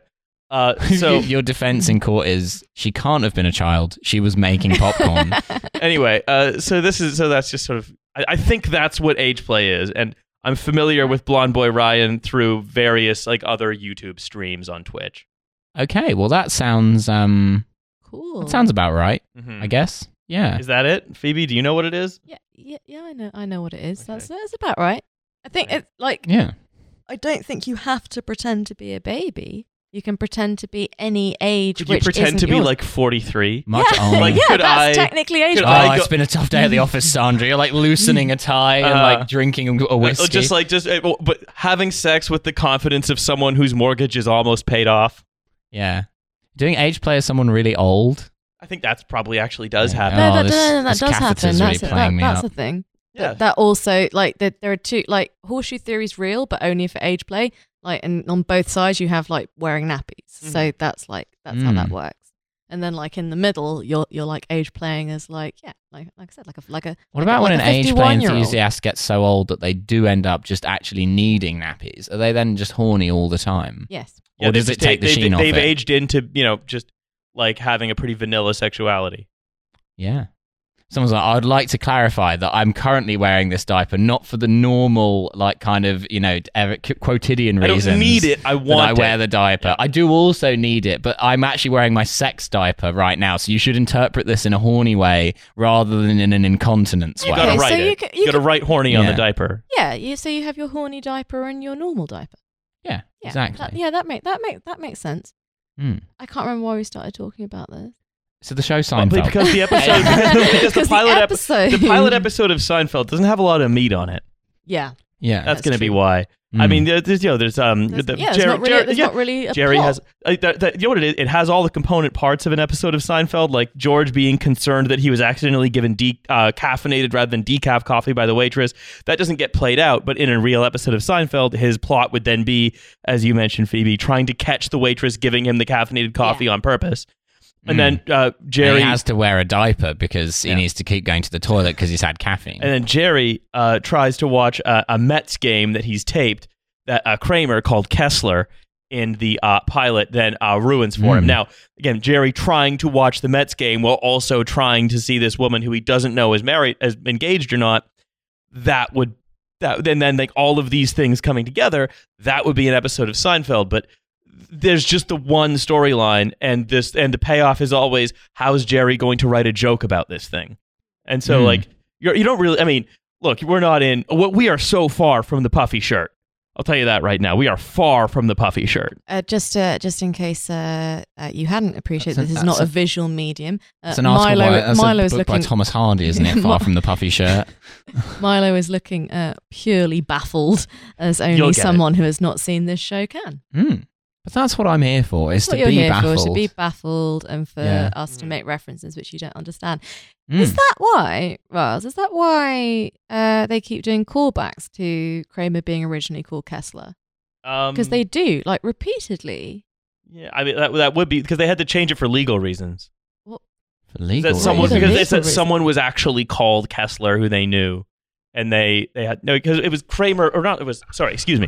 B: uh, so
A: your defense in court is she can't have been a child. She was making popcorn.
B: anyway, uh, so this is so that's just sort of I, I think that's what age play is, and I'm familiar with Blonde Boy Ryan through various like other YouTube streams on Twitch.
A: okay, well that sounds um
C: Cool.
A: that sounds about right,
C: Mm-hmm.
B: Mhm.
A: I guess. Yeah.
B: Is that it, Phoebe? Do you know what it is?
C: Yeah, yeah, yeah. I know. I know what it is. That's
B: Okay.
C: that's about right. I think
B: Okay.
C: it's like
A: Yeah.
C: I don't think you have to pretend to be a baby. You can pretend to be any age.
B: Could you
C: which
B: pretend
C: isn't
B: to be
C: yours.
B: like 43?
A: Much
C: yeah,
A: on.
B: Like,
C: yeah,
B: could
C: that's
B: I-
C: technically age.
B: could
A: Oh,
B: I
C: play.
B: go-
A: it's been a tough day at the office, Sandra. You're like loosening a tie and
B: Uh,
A: like drinking a
B: Uh,
A: whiskey.
B: Just like just, uh, well, but having sex with the confidence of someone whose mortgage is almost paid off.
A: yeah. Doing age play as someone really old.
B: I think that's probably actually does
A: Yeah.
B: happen.
C: no,
A: Oh,
C: that,
A: this-
C: no, no, no, that
A: this
C: does
A: catheter's
C: happen.
A: really
C: That's, a,
A: playing
C: that,
A: me
C: that's
A: up.
C: a thing.
B: Yeah.
C: That, that also like that there are two like horseshoe theory is real, but only for age play. Like and on both sides you have like wearing nappies. So
B: Mm-hmm.
C: that's like that's how that
A: Mm.
C: works. And then like in the middle you're you're like age playing as like yeah like like I said like a like a
A: What about
C: like
A: when
C: a
A: an age play
C: 51-year-old?
A: enthusiast gets so old that they do end up just actually needing nappies? Are they then just horny all the time?
C: yes
A: Or does
B: they-
A: it take
B: they,
A: the sheen
B: they,
A: off
B: They've
A: it?
B: aged into you know just like having a pretty vanilla sexuality.
A: Yeah. Someone's like, I'd like to clarify that I'm currently wearing this diaper, not for the normal, like, kind of, you know, ev- qu- quotidian
B: I
A: reasons.
B: don't need it. I
A: That
B: want
A: I wear
B: it.
A: the diaper. I do also need it, but I'm actually wearing my sex diaper right now. So you should interpret this in a horny way rather than in an incontinence
C: You
A: way.
B: gotta
C: Okay, so
B: write it.
C: you
B: You,
C: ca- you
B: gotta
C: ca-
B: write horny on the
A: Yeah.
B: diaper.
C: yeah you so you have your horny diaper and your normal diaper
A: Yeah,
C: Yeah,
A: exactly.
C: That, yeah, that make that make that makes sense.
A: Mm.
C: I can't remember why we started talking about this.
A: So the show
B: But
A: Seinfeld.
B: because the episode, because the, because the
C: Because
B: pilot episode.
C: episode,
B: the pilot episode of Seinfeld doesn't have a lot of meat on it.
C: yeah.
A: yeah,
B: That's,
C: That's
B: going to be
C: true.
B: why. I
A: Mm.
B: mean, there- there's you know, there's um,
C: There's-
B: the,
C: yeah, there's
B: Jerry,
C: not really,
B: Jerry-
C: there's
B: yeah,
C: not really a
B: Jerry
C: plot.
B: has uh, that, that, you know what it is. It has all the component parts of an episode of Seinfeld, like George being concerned that he was accidentally given de- uh, caffeinated rather than decaf coffee by the waitress. That doesn't get played out, but in a real episode of Seinfeld, his plot would then be, as you mentioned, Phoebe trying to catch the waitress giving him the caffeinated coffee on purpose, and then uh,
A: Hmm. And
B: Jerry
A: he has to wear a diaper because he
B: Yeah.
A: needs to keep going to the toilet because he's had caffeine.
B: And then Jerry uh, tries to watch a, a Mets game that he's taped that uh, Kramer called Kessler in the uh, pilot then uh, ruins for him.
A: Mm.
B: Now, again, Jerry trying to watch the Mets game while also trying to see this woman who he doesn't know is married, is engaged or not. That would that then then like all of these things coming together. That would be an episode of Seinfeld, but. There's just the one storyline, and this and the payoff is always how's Jerry going to write a joke about this thing, and so
A: Mm.
B: like you're, you don't really. I mean, look, we're not in. What we are so far from the puffy shirt. I'll tell you that right now. We are far from the puffy shirt.
C: Uh, just, uh, just in case uh, uh, you hadn't appreciated,
A: That's
C: this
A: an-
C: is not
A: that's
C: a,
A: a-
C: visual medium. Uh,
A: It's an article
C: Milo,
A: by, that's
C: Milo
A: a
C: is
A: book
C: looking.
A: by Thomas Hardy, isn't it? Far
C: Mi-
A: from the puffy shirt.
C: Milo is looking uh, purely baffled, as
B: You'll
C: only
B: get it.
C: someone who has not seen this show can.
A: Mm. But that's what I'm here for: is
C: That's what
A: to
C: you're
A: be
C: here
A: baffled.
C: for, to be baffled, and for
A: Yeah.
C: us to
B: Mm.
C: make references which you don't understand.
A: Mm.
C: Is that why, Riles? Is that why uh, they keep doing callbacks to Kramer being originally called Kessler? Because they do, like, repeatedly.
B: Um, yeah, I mean, that, that would be because they had to change it for legal reasons.
A: For legal
B: that someone
A: reasons.
B: because they
C: Legal
B: said
C: reasons.
B: someone was actually called Kessler, who they knew, and they they had no because it was Kramer or not. It was sorry, excuse me.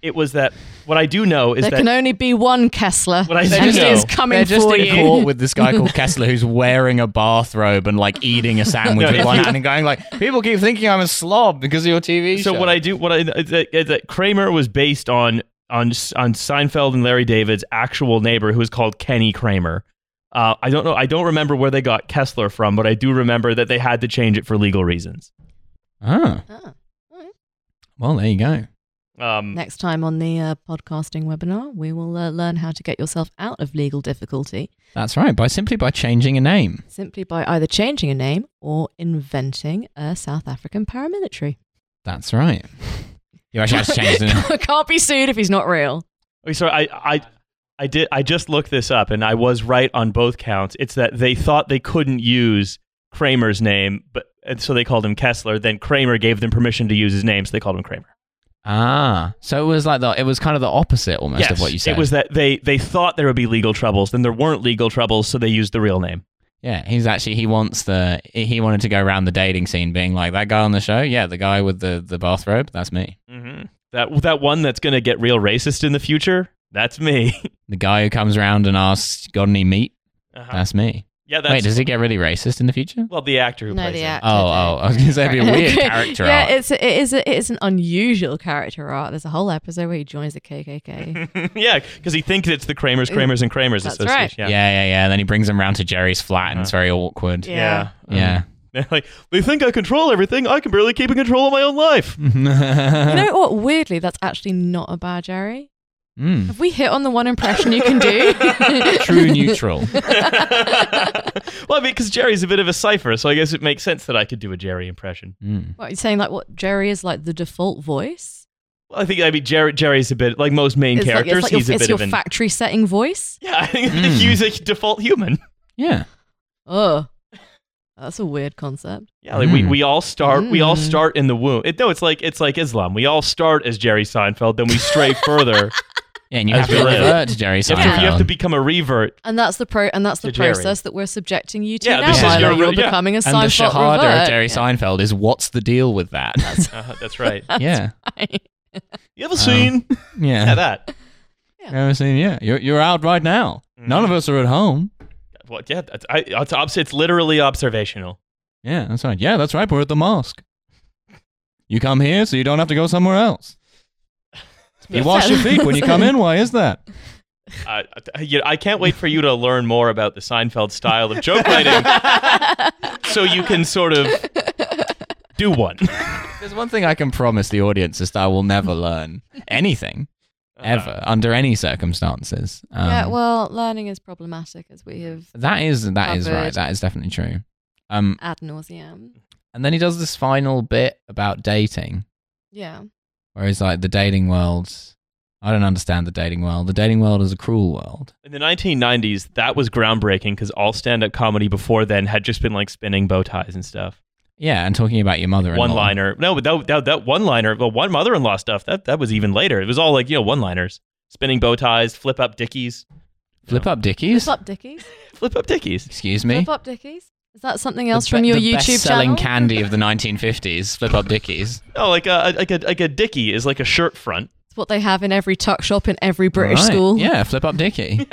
B: It was that what I do know is
C: there
B: that
C: can only be one Kessler,
B: What I
C: and
B: do
C: he
B: know-
C: is coming
A: They're just
C: for
A: in
C: you.
A: court with this guy called Kessler who's wearing a bathrobe and like eating a sandwich
B: No,
A: with
B: if
A: one
B: you-
A: hand and going like, people keep thinking I'm a slob because of your TV
B: so
A: show.
B: what I do, what I is that, is that Kramer was based on on on Seinfeld and Larry David's actual neighbor, who was called Kenny Kramer. Uh, I don't know. I don't remember where they got Kessler from, but I do remember that they had to change it for legal reasons.
A: Ah,
C: Ah.
A: well, there you go.
B: Um,
C: Mm. Next time on the uh, podcasting webinar, we will uh, learn how to get yourself out of legal difficulty
A: That's right. By simply by changing a name.
C: simply by either changing a name or inventing a South African paramilitary.
A: That's right. You actually have to change the name.
C: Can't be sued if he's not real.
B: Okay, so I, I, I did. I just looked this up, and I was right on both counts. It's that they thought they couldn't use Kramer's name, but and so they called him Kessler. Then Kramer gave them permission to use his name, so they called him Kramer.
A: Ah, so it was like the it was kind of the opposite almost of what you said.
B: It was that they they thought there would be legal troubles, then there weren't legal troubles, so they used the real name.
A: Yeah, he's actually he wants the he wanted to go around the dating scene being like that guy on the show. Yeah, the guy with the the bathrobe. That's me.
B: Mm-hmm. That that one that's going to get real racist in the future. That's me.
A: The guy who comes around and asks, "Got any meat?"
B: Uh-huh.
A: That's me.
B: Yeah, that's
A: Uh, Wait, does it get really racist in the future?
B: well the actor who plays it.
A: Oh, oh, I was gonna say it'd be a weird character
C: yeah,
A: arc.
C: it's it is a, it is an unusual character art. There's a whole episode where he joins the KKK.
B: yeah, because he thinks it's the Kramers, Kramers, and Kramers
C: That's
B: Association.
C: right.
A: Yeah, yeah, yeah. And then he brings him round to Jerry's flat, and it's
B: Uh-huh.
A: very awkward.
C: Yeah.
B: Yeah.
A: Yeah.
B: They're like, they think I control everything. I can barely keep in control of my own life.
C: you know what? Weirdly, that's actually not a bad Jerry.
A: Mm.
C: Have we hit on the one impression you can do?
A: True neutral.
B: well, I mean, because Jerry's a bit of a cipher, so I guess it makes sense that I could do a Jerry impression.
A: Mm.
C: What, you're saying like what Jerry is like the default voice?
B: Well, I think I mean Jerry, Jerry's a bit like most main
C: It's like-
B: characters.
C: it's like,
B: he's a
C: your,
B: bit
C: it's your
B: of an
C: factory setting voice.
B: Yeah, I think
A: Mm.
B: he's a default human.
A: Yeah.
C: Oh, that's a weird concept.
B: Yeah, like we,
A: Mm.
B: we all start we all
C: Mm.
B: start in the womb. It, no, it's like it's like Islam. We all start as Jerry Seinfeld, then we stray further.
A: Yeah, and you
B: As
A: have to
B: we live.
A: revert to Jerry
B: So
A: Seinfeld.
B: you have to become a revert.
C: And that's the pro and that's the
B: To Jerry.
C: process that we're subjecting you to
B: Yeah,
C: now.
B: this
A: is
C: Milo.
A: your-
C: You're
B: yeah.
C: becoming a
A: and the
C: Seinfeld
A: Shahada
C: revert.
A: of Jerry Seinfeld is what's the deal with that?
B: Uh, that's right.
A: yeah.
B: You ever seen
A: Oh, Yeah.
B: yeah, that?
A: You ever seen? Yeah, you're, you're out right now. None of us are at home.
B: What? Yeah, that's, I, it's, obs- it's literally observational.
A: Yeah, that's right. Yeah, that's right. We're at the mosque. You come here so you don't have to go somewhere else. You wash your feet when you come in. Why is that?
B: I, I, you- I can't wait for you to learn more about the Seinfeld style of joke writing, so you can sort of do one.
A: There's one thing I can promise the audience is that I will never learn anything.
B: Uh,
A: ever under any circumstances. Um,
C: yeah, well, learning is problematic as we have
A: that is that is right.
C: Covered.
A: That is definitely true. Um,
C: ad nauseam.
A: and then he does this final bit about dating,
C: Yeah.
A: where he's like, "The dating world. I don't understand the dating world. The dating world is a cruel world."
B: In the 1990s, that was groundbreaking because all stand-up comedy before then had just been like spinning bow ties and stuff.
A: Yeah, and talking about your mother-in-law.
B: One-liner. No, but that, that, that one-liner, the one mother-in-law stuff, that, that was even later. It was all like, you know, one-liners. Spinning bow ties, flip up dickies.
A: Flip up
C: Flip
A: dickies.
C: up Dickies.
B: Flip up dickies.
A: Excuse me.
C: Flip up Dickies. Is that something
A: The
C: else
A: be-
C: from your
A: the
C: YouTube
A: best-selling
C: channel?
A: candy of the 1950s. Flip up dickies.
B: No, like uh, a, like a, like a dickie is like a shirt front.
C: it's what they have in every tuck shop in every British
A: Right.
C: school.
A: Yeah, flip up Dickie.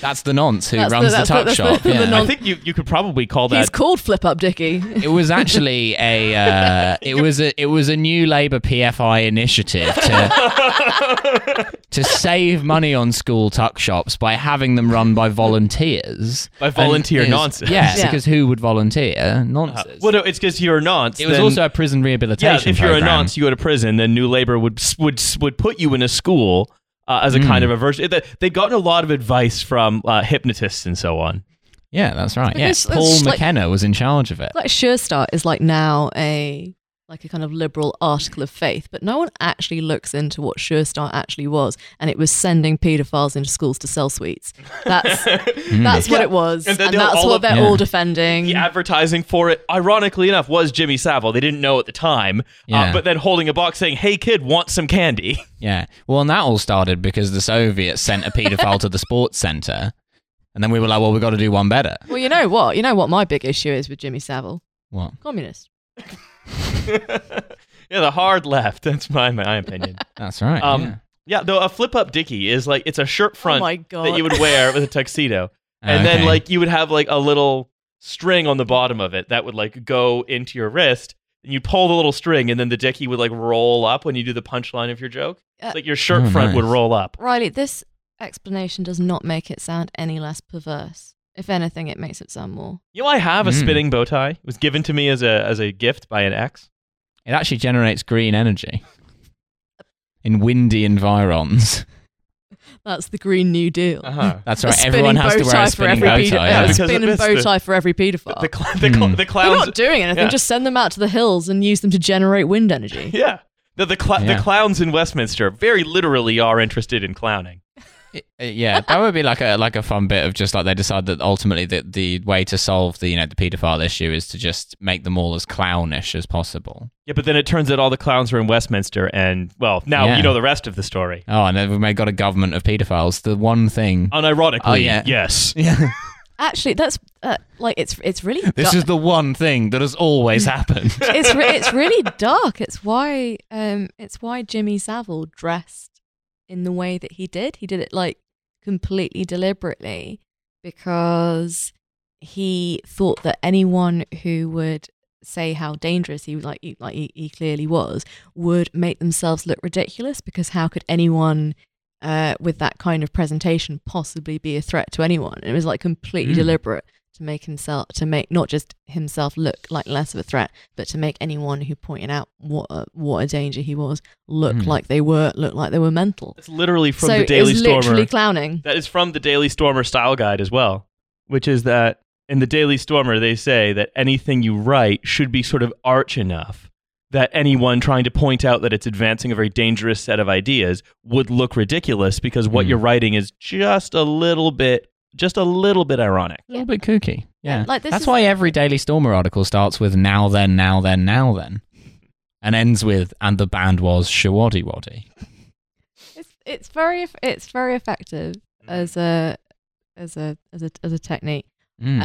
A: that's the nonce who
C: That's the-
A: runs the,
C: that's the-
A: tuck
C: that's the-
A: shop.
C: the
A: yeah.
B: I
C: nonce.
B: think you, you could probably call
C: He's
B: that
C: called Flip Up Dickie.
A: It was actually a uh, it was a it was a new Labour PFI initiative to to save money on school tuck shops by having them run by volunteers.
B: by volunteer
A: And-
B: nonsense.
A: Yeah,
C: Yeah.
A: because who would volunteer?
B: Uh,
A: Nonsense.
B: well, no, it's because you're a nonce.
A: it was
B: then-
A: also a prison
B: yeah.
A: rehabilitation.
B: If you're a
A: program.
B: nonce, you go to prison. Then New Labour would would would put you in a school uh, as a
A: Mm.
B: kind of a version. They- They'd gotten a lot of advice from uh, hypnotists and so
A: Mm.
B: on.
A: yeah, that's right. Yeah,
C: Because it's
A: Paul
C: like-
A: McKenna was in charge of it.
C: like Sure Start is like now a like a kind of liberal article of faith, but no one actually looks into what Sure Start actually was, and it was sending paedophiles into schools to sell sweets. That's that's what
B: Yeah.
C: it was,
B: And
C: and,
B: then they'll
C: that's
B: all
C: what
B: of-
C: they're
A: Yeah.
C: all defending.
B: The advertising for it, ironically enough, was Jimmy Savile. They didn't know at the time,
A: Yeah.
B: uh, but then holding a box saying, "Hey kid, want some candy?"
A: Yeah. Well, and that all started because the Soviets sent a paedophile to the sports center. And then we were like, well, we've got to do one better.
C: Well, you know what? You know what my big issue is with Jimmy Savile,
A: What?
C: communist.
B: yeah, the hard left. That's my my opinion.
A: That's right.
B: Um,
A: yeah.
B: yeah, though a flip up dickie is like it's a shirt front
C: oh my god!
B: that you would wear with a tuxedo. and
A: Okay.
B: then like you would have like a little string on the bottom of it that would like go into your wrist and you pull the little string and then the dickie would like roll up when you do the punchline of your joke
C: Uh,
B: like your shirt
A: Oh,
B: front would
A: nice.
B: roll up
C: Riley, this explanation does not make it sound any less perverse. If anything, it makes it sound more.
B: you know i have a
A: Mm.
B: spinning bow tie it was given to me as a as a gift by an ex
A: it actually generates green energy in windy environs.
C: That's the Green New Deal.
B: uh-huh
A: That's
C: A
A: right. Everyone
C: spinning
A: has to
C: bow
A: wear
C: tie
A: a
C: for
A: spinning
C: every
A: bow tie.
C: pedo-
B: yeah.
C: a
A: yeah.
B: Because of
C: spinning
B: this,
C: bow
B: the-
C: tie for every paedophile.
B: the, cl- the, cl-
A: Mm.
B: the
C: They're
B: clowns
C: not doing anything.
B: yeah.
C: Just send them out to the hills and use them to generate wind energy.
B: yeah the, the, cl-
A: Yeah.
B: the clowns in westminster very literally are interested in clowning
A: Uh, yeah, that would be like a like a fun bit of just like they decide that ultimately that the way to solve the you know the paedophile issue is to just make them all as clownish as possible.
B: yeah but then it turns out all the clowns were in westminster and well now
A: Yeah.
B: you know the rest of the story
A: Oh, and then we've made- got a government of paedophiles. The one thing.
C: Uh,
B: unironically
A: Oh, yeah.
B: yes
A: Yeah.
C: Actually, that's uh, like it's it's really
A: This
C: da-
A: is the one thing that has always happened.
C: it's re- it's really dark. It's why um it's why Jimmy Savile dressed in the way that he did. He did it like completely deliberately because he thought that anyone who would say how dangerous he like he, like he, he clearly was would make themselves look ridiculous because how could anyone uh, with that kind of presentation possibly be a threat to anyone it was like completely
A: Mm.
C: deliberate to make himself to make not just himself look like less of a threat but to make anyone who pointed out what a, what a danger he was look
A: Mm.
C: like they were look like they were mental
B: It's literally from
C: so
B: the Daily
C: it was
B: Stormer.
C: literally clowning
B: that is from the Daily Stormer style guide as well, which is that in the Daily Stormer they say that anything you write should be sort of arch enough that anyone trying to point out that it's advancing a very dangerous set of ideas would look ridiculous because what
A: Hmm.
B: you're writing is just a little bit just a little bit ironic.
A: A little bit kooky. Yeah.
C: Yeah, like this
A: That's
C: is-
A: why every Daily Stormer article starts with now then, now then, now then. And ends with and the band was Shawaddy Waddy.
C: it's it's very eff- it's very effective
A: Hmm.
C: as a as a as a as a technique
A: Mm.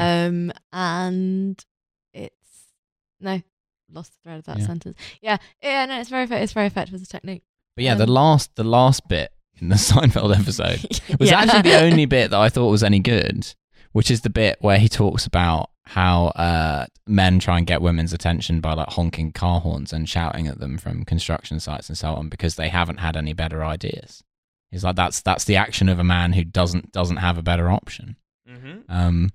C: um and it's no lost the thread of that
A: Yeah.
C: sentence yeah yeah no it's very effe- it's very effective as a technique
A: but yeah, the
C: um,
A: last the last bit in the Seinfeld episode was
C: Yeah.
A: actually the only bit that I thought was any good, which is the bit where he talks about how uh, men try and get women's attention by like honking car horns and shouting at them from construction sites and so on because they haven't had any better ideas. He's like that's that's the action of a man who doesn't doesn't have a better option.
B: Mm-hmm.
A: Um,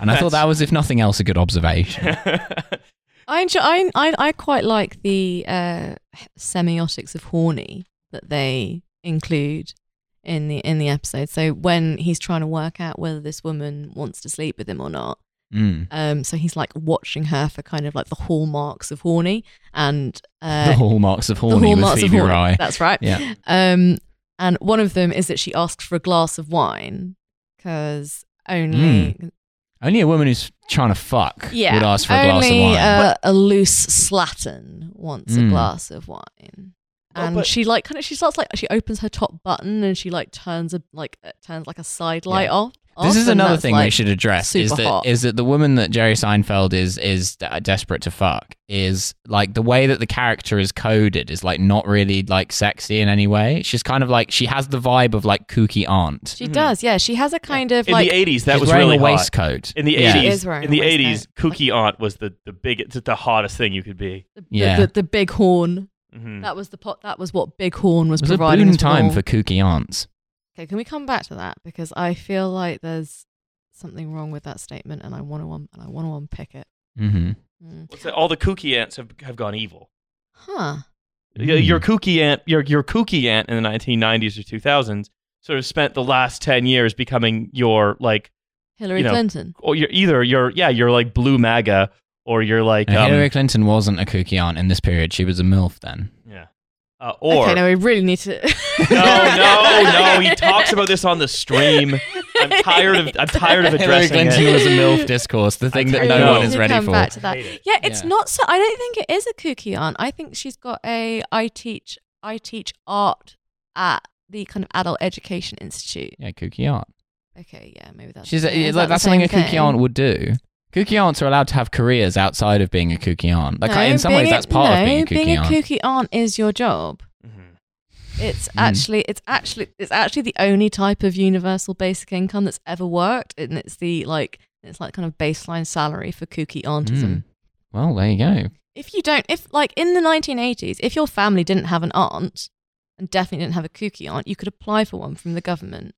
A: and I thought that was, if nothing else, a good observation.
B: that
C: I enjoy. I I, I quite like the uh, semiotics of horny that they include in the in the episode. So when he's trying to work out whether this woman wants to sleep with him or not,
A: Mm.
C: um, so he's like watching her for kind of like the hallmarks of horny and
A: the
C: uh,
A: hallmarks of horny with Phoebe
C: horny.
A: Rye.
C: That's right.
A: Yeah.
C: Um, and one of them is that she asked for a glass of wine because only
A: Hmm. Only a woman who's trying to fuck
C: yeah
A: would ask for a glass
C: only
A: of wine.
C: Uh, a loose slattern wants
A: Mm.
C: a glass of wine.
B: Well,
C: And
B: Oh, but-
C: she like kind of she starts like she opens her top button and she like turns a like uh, turns like a side light off.
A: This
C: off,
A: is
C: and
A: another
C: that's,
A: thing
C: like,
A: we should address is
C: super
A: that,
C: hot.
A: is that the woman that Jerry Seinfeld is is de- desperate to fuck is like the way that the character is coded is like not really like sexy in any way. She's kind of like she has the vibe of like kooky aunt.
C: She
B: Mhm.
C: does, yeah. She has a kind of
B: in
C: like
B: the 80s, that
A: She's
B: was
A: wearing
B: really
A: a
B: hot.
A: waistcoat.
B: In the
A: Yeah.
C: She
B: 80s,
C: is wearing
B: in
C: a
B: the
C: waistcoat.
B: 80s, kooky aunt was the the biggest, the hottest thing you could be.
C: the,
A: Yeah.
C: the, the big horn.
B: Mhm.
C: That was the pot. That was what big horn was,
A: It was a
C: providing.
A: boon
C: us with
A: time
C: all.
A: for kooky aunts.
C: Okay, can we come back to that because I feel like there's something wrong with that statement, and I want to un- and I want to unpick it.
A: Mm-hmm.
C: Mm.
B: What's that? All the kooky ants have, have gone evil.
C: Huh?
B: Y- Your kooky aunt, your your kooky aunt in the 1990s or 2000s, sort of spent the last 10 years becoming your like,
C: Hillary
B: You know,
C: Clinton.
B: or you're either your yeah, you're like blue MAGA or you're like um,
A: Mm-hmm. Hillary Clinton wasn't a kooky aunt in this period. She was a MILF then.
B: yeah, uh, or
C: okay, no, we really need to.
B: no, no, no. He talks about this on the stream. I'm tired of I'm tired of
A: Hillary
B: addressing
A: Clinton
B: it.
A: was a MILF discourse, the thing that
B: tired
A: no
B: of
A: one
B: it.
A: is
C: To
A: ready
C: come
A: for.
C: back to that.
B: Hate it.
C: Yeah, it's
A: Yeah.
C: not so. I don't think it is a kooky aunt. I think she's got a. I teach. I teach art at the kind of adult education institute.
A: Yeah, kooky aunt.
C: Okay, yeah, maybe that's.
A: She's
C: the
A: a,
C: thing. Is that
A: like
C: the
A: that's something a
C: same
A: kooky
C: thing?
A: aunt would do. Kooky aunts are allowed to have careers outside of being a kooky aunt. Like in some
C: being
A: ways,
C: a-
A: that's part
C: no,
A: of being a kookie
C: being
A: aunt.
C: a kooky aunt is your job.
B: Mhm.
C: It's
A: Mm.
C: actually, it's actually, it's actually the only type of universal basic income that's ever worked, and it's the like, it's like kind of baseline salary for kooky auntism.
A: Mm. Well, there you go.
C: If you don't, if like in the 1980s, if your family didn't have an aunt and definitely didn't have a kooky aunt, you could apply for one from the government.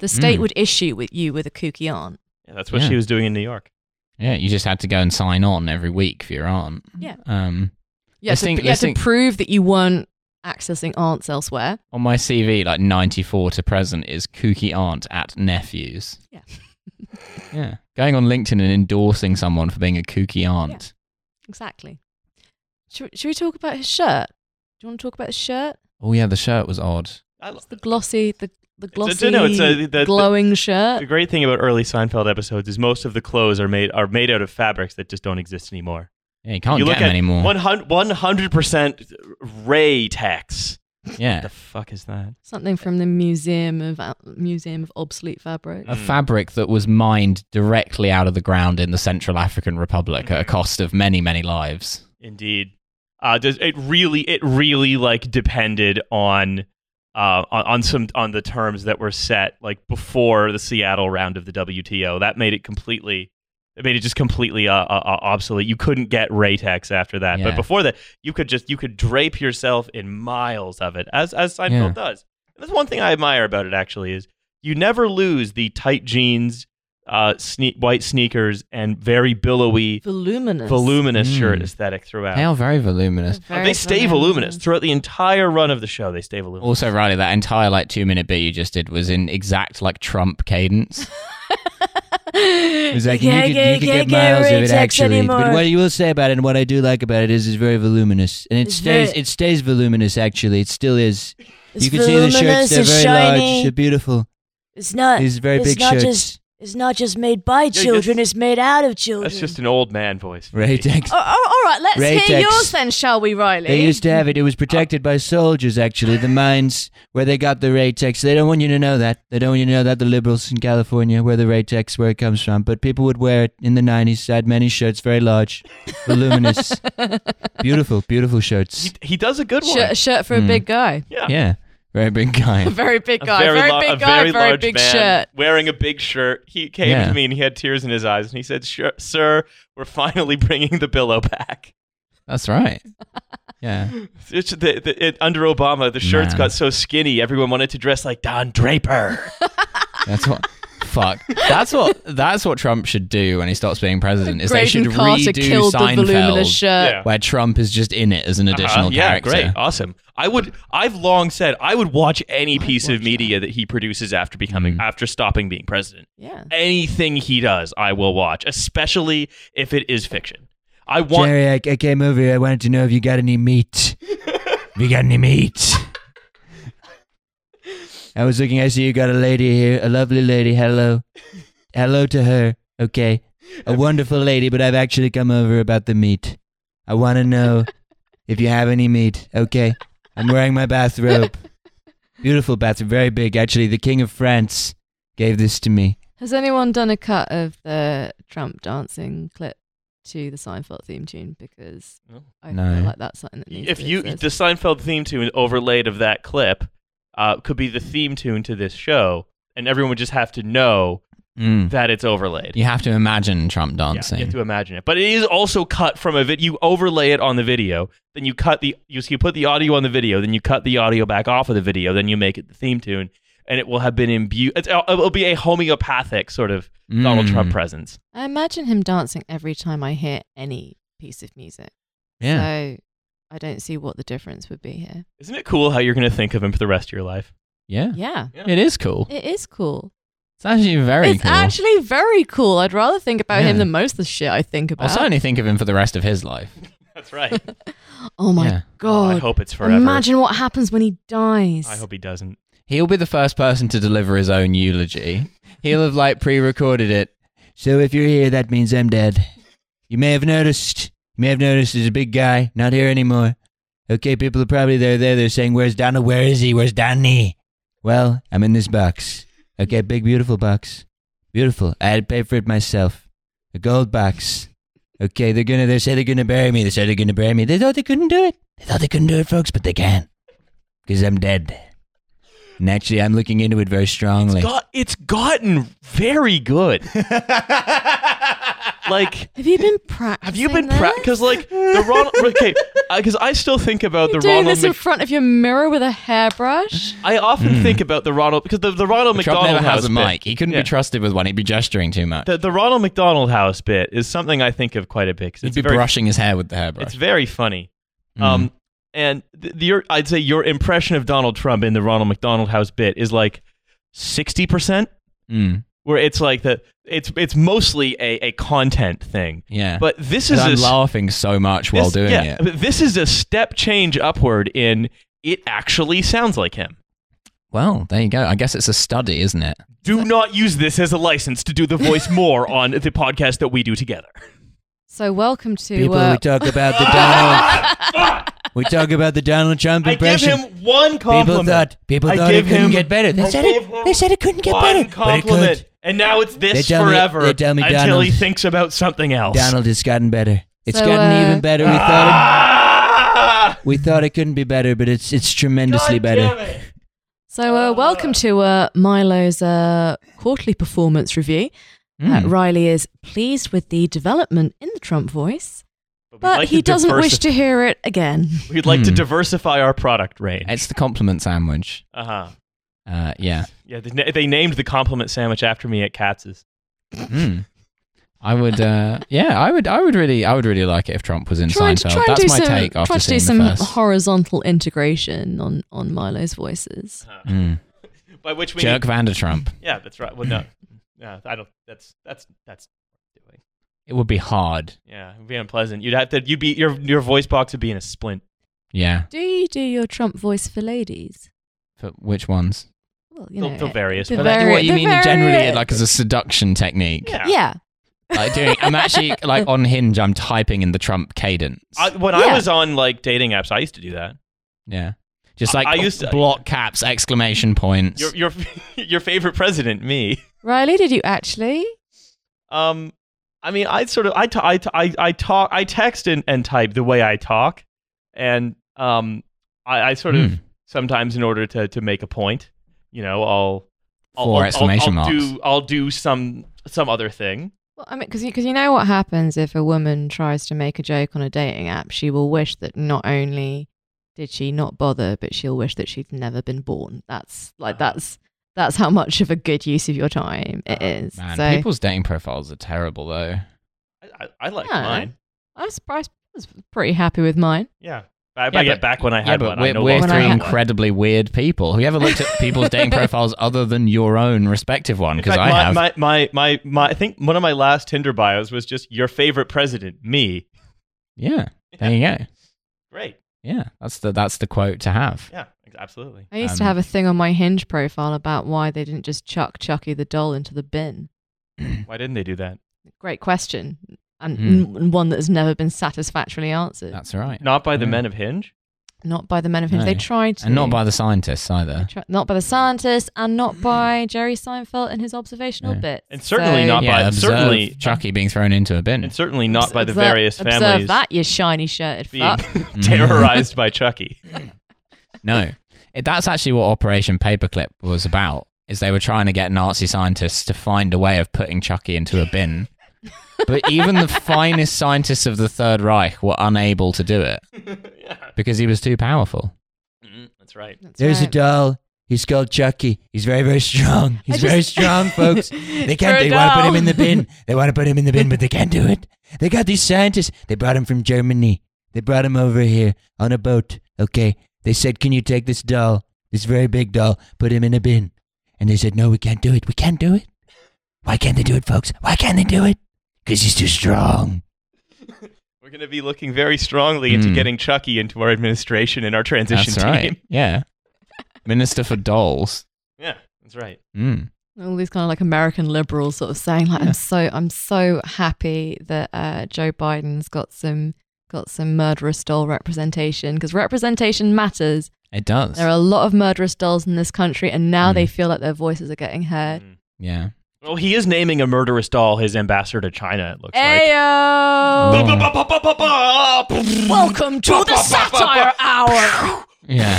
C: The state
A: Mm.
C: would issue with you with a kooky aunt.
B: Yeah, that's what
A: Yeah.
B: she was doing in New York.
A: Yeah, you just had to go and sign on every week for your aunt.
C: Yeah.
A: Um,
C: You had,
A: Let's
C: to,
A: think-
C: you had
A: let's
C: to
A: think-
C: prove that you weren't accessing aunts elsewhere.
A: on my CV, like '94 to present is kooky aunt at nephews.
C: Yeah.
A: yeah. Going on LinkedIn and endorsing someone for being a kooky aunt.
C: Exactly. Should, should we talk about his shirt? Do you want to talk about his shirt?
A: Oh yeah, the shirt was odd.
B: I lo-
C: It's the glossy, the the
B: It's
C: glossy,
B: a- no, it's a- the- the-
C: glowing
B: The
C: shirt.
B: great thing about early Seinfeld episodes is most of the clothes are made are made out of fabrics that just don't exist anymore.
A: Yeah, you can't
B: you
A: get
B: look
A: them
B: at
A: anymore.
B: 100 percent Ray Tex.
A: Yeah.
B: The fuck is that?
C: Something from the museum of museum of obsolete fabric.
B: Uh,
A: a fabric that was mined directly out of the ground in the Central African Republic at a cost of many, many lives.
B: Indeed. Uh, does it really? It really like depended on, uh, on on some on the terms that were set like before the Seattle round of the WTO. That made it completely. It made it just completely uh, uh, uh, obsolete. You couldn't get Raytex after that,
A: Yeah.
B: but before that, you could just you could drape yourself in miles of it, as as Seinfeld
A: Yeah.
B: does. And that's one thing I admire about it. Actually, is you never lose the tight jeans, uh, sne- white sneakers, and very billowy,
C: Voluminous.
B: voluminous shirt
A: Mm.
B: aesthetic throughout.
A: They are very voluminous.
B: Uh, Hmm. they stay voluminous throughout the entire run of the show. They stay voluminous.
A: Also, Riley, that entire like two minute bit you just did was in exact like Trump cadence. It was like, you could, you could get miles of it actually. But what you will say about it and what I do like about it is it's very voluminous. And it
C: It's
A: stays
C: very-
A: it stays voluminous actually. It still is. you can see the shirts, they're very large, they're beautiful.
D: It's not.
A: These very
D: it's
A: big
D: not
A: shirts.
D: just- it's not just made by
B: just-
D: children. It's made out of children.
B: That's just an old man voice.
A: Ray Tex.
C: Oh, oh, all right, let's hear
A: Raytex.
C: yours then, shall we, Riley?
A: They used to have it. It was protected by soldiers, actually. The mines where they got the Raytex. They don't want you to know that. They don't want you to know that the liberals in California, where the Raytex, where it comes from. But people would wear it in the 90s. I had many shirts, very large, voluminous, beautiful, beautiful shirts.
B: He, he does a good one.
C: Shirt, a shirt for a
A: Mm.
C: big guy.
B: yeah.
A: Yeah, very big
C: A
A: guy.
C: very big
B: A
C: guy. Very,
B: lar-
C: big
B: a
C: guy. Very,
B: large
C: big
B: man
C: shirt.
B: Wearing a big shirt. He came
A: Yeah.
B: to me and he had tears in his eyes and he said, "Sure, Sir, we're finally bringing the billow back.
A: That's right. Yeah.
B: It's the, the, it, under Obama, the shirts
A: Man.
B: got so skinny, everyone wanted to dress like Don Draper.
A: That's what. fuck. That's what that's what Trump should do when he stops being president. Is they should
C: Graydon Carter
A: redo
C: killed the voluminous
A: Seinfeld,
C: shirt.
B: Yeah.
A: where Trump is just in it as an additional
B: Uh-huh. yeah,
A: character.
B: great, awesome. I would. I've long said I would watch any piece of media that. he produces after becoming
A: Mhm.
B: after stopping being president.
C: Yeah.
B: Anything he does, I will watch, especially if it is fiction. I want.
E: Jerry, I, I came over here. I wanted to know if you got any meat. Have you got any meat? I was looking. I see you got a lady here, a lovely lady. Hello, hello to her. Okay, a wonderful lady. But I've actually come over about the meat. I want to know if you have any meat. Okay, I'm wearing my bathrobe. Beautiful bathrobe, very big. Actually, the King of France gave this to me.
C: Has anyone done a cut of the Trump dancing clip to the Seinfeld theme tune? Because
B: No.
C: I
E: No.
C: feel like that's something that needs
B: if
C: to
B: you
C: exist.
B: the Seinfeld theme tune overlaid of that clip uh, could be the theme tune to this show, and everyone would just have to know
A: Mm.
B: that it's overlaid.
A: You have to imagine Trump
B: Yeah,
A: dancing.
B: you have to imagine it, but it is also cut from a vid. You overlay it on the video, then you cut the you, you put the audio on the video, then you cut the audio back off of the video, then you make it the theme tune, and it will have been imbued. It's, uh, it'll, it'll be a homeopathic sort of Donald
A: Mm.
B: Trump presence.
C: I imagine him dancing every time I hear any piece of music.
A: Yeah.
C: So I don't see what the difference would be here.
B: Isn't it cool how you're going to think of him for the rest of your life?
A: yeah.
C: Yeah.
B: Yeah.
A: It is cool.
C: It is cool.
A: It's actually very
C: it's
A: cool.
C: actually very cool. I'd rather think about him
A: Yeah.
C: than most of the shit I think
A: I'll
C: about.
A: certainly think of him for the rest of his life.
B: That's right.
C: oh my
A: Yeah.
B: I
C: god.
B: hope it's forever.
C: Imagine what happens when he dies.
B: I hope he doesn't.
A: He'll be the first person to deliver his own eulogy. He'll have like pre-recorded it.
E: So if you're here, that means I'm dead. You may have noticed. You may have noticed there's a big guy not here anymore. Okay, people are probably there. There, they're saying, "Where's Donald? Where is he? Where's Donnie?" Well, I'm in this box. Okay, big beautiful box. Beautiful. I had to pay for it myself. A gold box. Okay, they're gonna. They say they're gonna bury me. They say they're gonna bury me. They thought they couldn't do it. They thought they couldn't do it, folks, but they can. Cause I'm dead. And actually, I'm looking into it very strongly.
B: It's got it's gotten very good. like
C: Have you been practicing?
B: have you been
C: this?
B: because like the Ronald okay because I still think about
C: You're
B: the
C: doing
B: Ronald
C: this in
B: Mc,
C: front of your mirror with a hairbrush?
B: I often think about the Ronald because the, the Ronald
A: Trump
B: McDonald
A: Hmm. never
B: House
A: has a
B: bit-
A: mic. He couldn't
B: Yeah.
A: be trusted with one. He'd be gesturing too much.
B: The, the Ronald McDonald House bit is something I think of quite a bit. 'cause
A: He'd
B: It's
A: be Hmm.
B: very,
A: brushing his hair with the hairbrush.
B: It's very funny. Um, and th- the, your I'd say your impression of Donald Trump in the Ronald McDonald House bit is like sixty percent,
A: Mm.
B: where it's like the it's it's mostly a, a content thing.
A: Yeah.
B: But this is
A: Because
B: a
A: I'm
B: s-
A: laughing so much while
B: this-
A: doing
B: yeah,
A: it.
B: but This is a step change upward in it actually sounds like him.
A: Well, there you go. I guess it's a study, isn't it?
B: Do not use this as a license to do the voice more on the podcast that we do together.
C: So welcome to
E: People,
C: uh,
E: we talk about the Donald. we talk about the Donald Trump
B: I give
E: impression.
B: him one compliment.
E: people thought people
B: I
E: thought
B: give
E: it couldn't
B: him-
E: get better. They
B: I
E: said
B: gave
E: it.
B: him
E: They said it couldn't get
B: one
E: better, but it
B: compliment,
E: could.
B: and now it's
E: They
B: this
E: tell me-
B: forever
E: they tell me
B: until
E: Donald-
B: he thinks about something else.
E: Donald, it's gotten better. It's
C: So,
E: gotten
C: uh,
E: even better. We thought
B: Ah!
E: it, we thought it couldn't be better, but it's it's tremendously
B: God
E: better.
B: damn it.
C: So, uh, welcome to uh, Milo's uh, quarterly performance review.
A: Hmm.
C: Uh, Riley is pleased with the development in the Trump voice,
B: But, we'd
C: but
B: like
C: he doesn't wish
B: diversi-
C: to hear it again.
B: We'd like to
A: Hmm.
B: diversify our product range.
A: It's the compliment sandwich.
B: Uh huh.
A: Uh, yeah.
B: Yeah, they, na- they named the compliment sandwich after me at Katz's.
A: Mm. I would, uh, yeah, I would, I would really, I would really like it if Trump was in
C: Try
A: Seinfeld.
C: try and
A: That's
C: do
A: my
C: some,
A: take
C: try
A: after
C: to do
A: seeing
C: some
A: the first.
C: horizontal integration on, on Milo's voices.
A: Mm.
B: By which we
A: Jerk Vandertrump.
B: Yeah, that's right. Well, no, no, I don't. That's that's that's doing.
A: It would be hard.
B: Yeah, it'd be unpleasant. You'd have to. You'd be your your voice box would be in a splint.
A: Yeah.
C: Do you do your Trump voice for ladies?
A: For which ones?
C: Well, you
B: The-
C: know,
B: the various
C: the
B: ones.
A: Like,
C: vari-
A: what you
C: the
A: mean
C: vari-
A: generally, like as a seduction technique?
B: Yeah.
C: yeah.
A: Like doing, I'm actually like on Hinge. I'm typing in the Trump cadence.
B: I, when I
C: Yeah.
B: was on like dating apps, I used to do that.
A: yeah. Just
B: I-
A: like
B: I used to-
A: block caps, exclamation points.
B: Your your your favorite president, me.
C: Riley, did you actually?
B: Um, I mean, I sort of I ta- I ta- I I talk I text and, and type the way I talk, and um, I, I sort
A: Hmm.
B: of sometimes in order to to make a point, you know, I'll. I'll-
A: Four
B: I'll- I'll-
A: exclamation marks.
B: I'll Do, I'll do some some other thing.
C: Well, I mean, because you, 'cause you know what happens if a woman tries to make a joke on a dating app, she will wish that not only did she not bother, but she'll wish that she'd never been born. That's like
B: Uh-huh.
C: that's That's how much of a good use of your time it
A: Oh,
C: is.
A: Man,
C: so
A: people's dating profiles are terrible though.
B: I, I, I like
C: Yeah.
B: mine.
C: I'm surprised. I was pretty happy with mine.
B: Yeah. I,
A: Yeah,
B: I get
A: but-
B: back when I
A: Yeah,
B: had
A: but
B: one. I
A: we're,
B: no
A: we're
B: longer
A: three
C: I
B: have
C: had
B: one.
A: incredibly weird people. Have you ever looked at people's dating profiles other than your own respective one?
B: In
A: Because I
B: fact, my,
A: have.
B: My, my, my, my, I think one of my last Tinder bios was just your favorite president, me.
A: yeah, there you go.
B: Great.
A: Yeah, that's the that's the quote to have.
B: Yeah, absolutely.
C: I used to
A: Um,
C: have a thing on my Hinge profile about why they didn't just chuck Chucky the doll into the bin.
B: Why didn't they do that?
C: Great question, and
A: Hmm.
C: n- one that has never been satisfactorily answered.
A: That's right,
B: Not by the
A: Yeah.
B: men of Hinge?
C: Not by the men of Hinge. They
A: No.
C: tried to,
A: and not by the scientists
C: They
A: either.
C: tri- not by the scientists, and not
E: Mm.
C: by Jerry Seinfeld and his observational
A: Yeah.
C: bits.
B: And certainly
C: So-
B: not by-
A: Yeah, observe
B: certainly-
A: Chucky being thrown into a bin.
B: And certainly not by the
C: Observe-
B: various
C: observe
B: families
C: that, you shiny shirted
B: being
C: fuck.
B: terrorized by Chucky.
A: No, it, that's actually what Operation Paperclip was about. Is they were trying to get Nazi scientists to find a way of putting Chucky into a bin, but even the finest scientists of the Third Reich were unable to do it
B: yeah.
A: because he was too powerful.
B: Mm-hmm, That's right.
C: That's
E: There's a
C: right.
E: doll. He's called Chucky. He's very, very strong. He's
C: I
E: very
C: just-
E: strong, folks. They can't.
C: For a
E: They want to put him in the
C: doll.
E: bin. They want to put him in the bin, but they can't do it. They got these scientists. They brought him from Germany. They brought him over here on a boat. Okay. They said, "Can you take this doll, this very big doll, put him in a bin?" And they said, "No, we can't do it. We can't do it. Why can't they do it, folks? Why can't they do it? Because he's too strong."
B: We're going to be looking very strongly into
A: Mm.
B: getting Chucky into our administration and our transition
A: That's
B: team.
A: right. Yeah, Minister for Dolls.
B: Yeah, that's right.
A: Mm.
C: all these kind of like American liberals sort of saying like
A: Yeah.
C: I'm so I'm so happy that uh, Joe Biden's got some got some murderous doll representation because representation matters.
A: It does.
C: There are a lot of murderous dolls in this country, and now they
A: Mm.
C: feel like their voices are getting heard.
B: Mm.
A: yeah.
B: Well, he is naming a murderous doll his ambassador to China, it looks like.
C: Ayo!
A: Oh.
D: Welcome to the satire hour.
A: Yeah.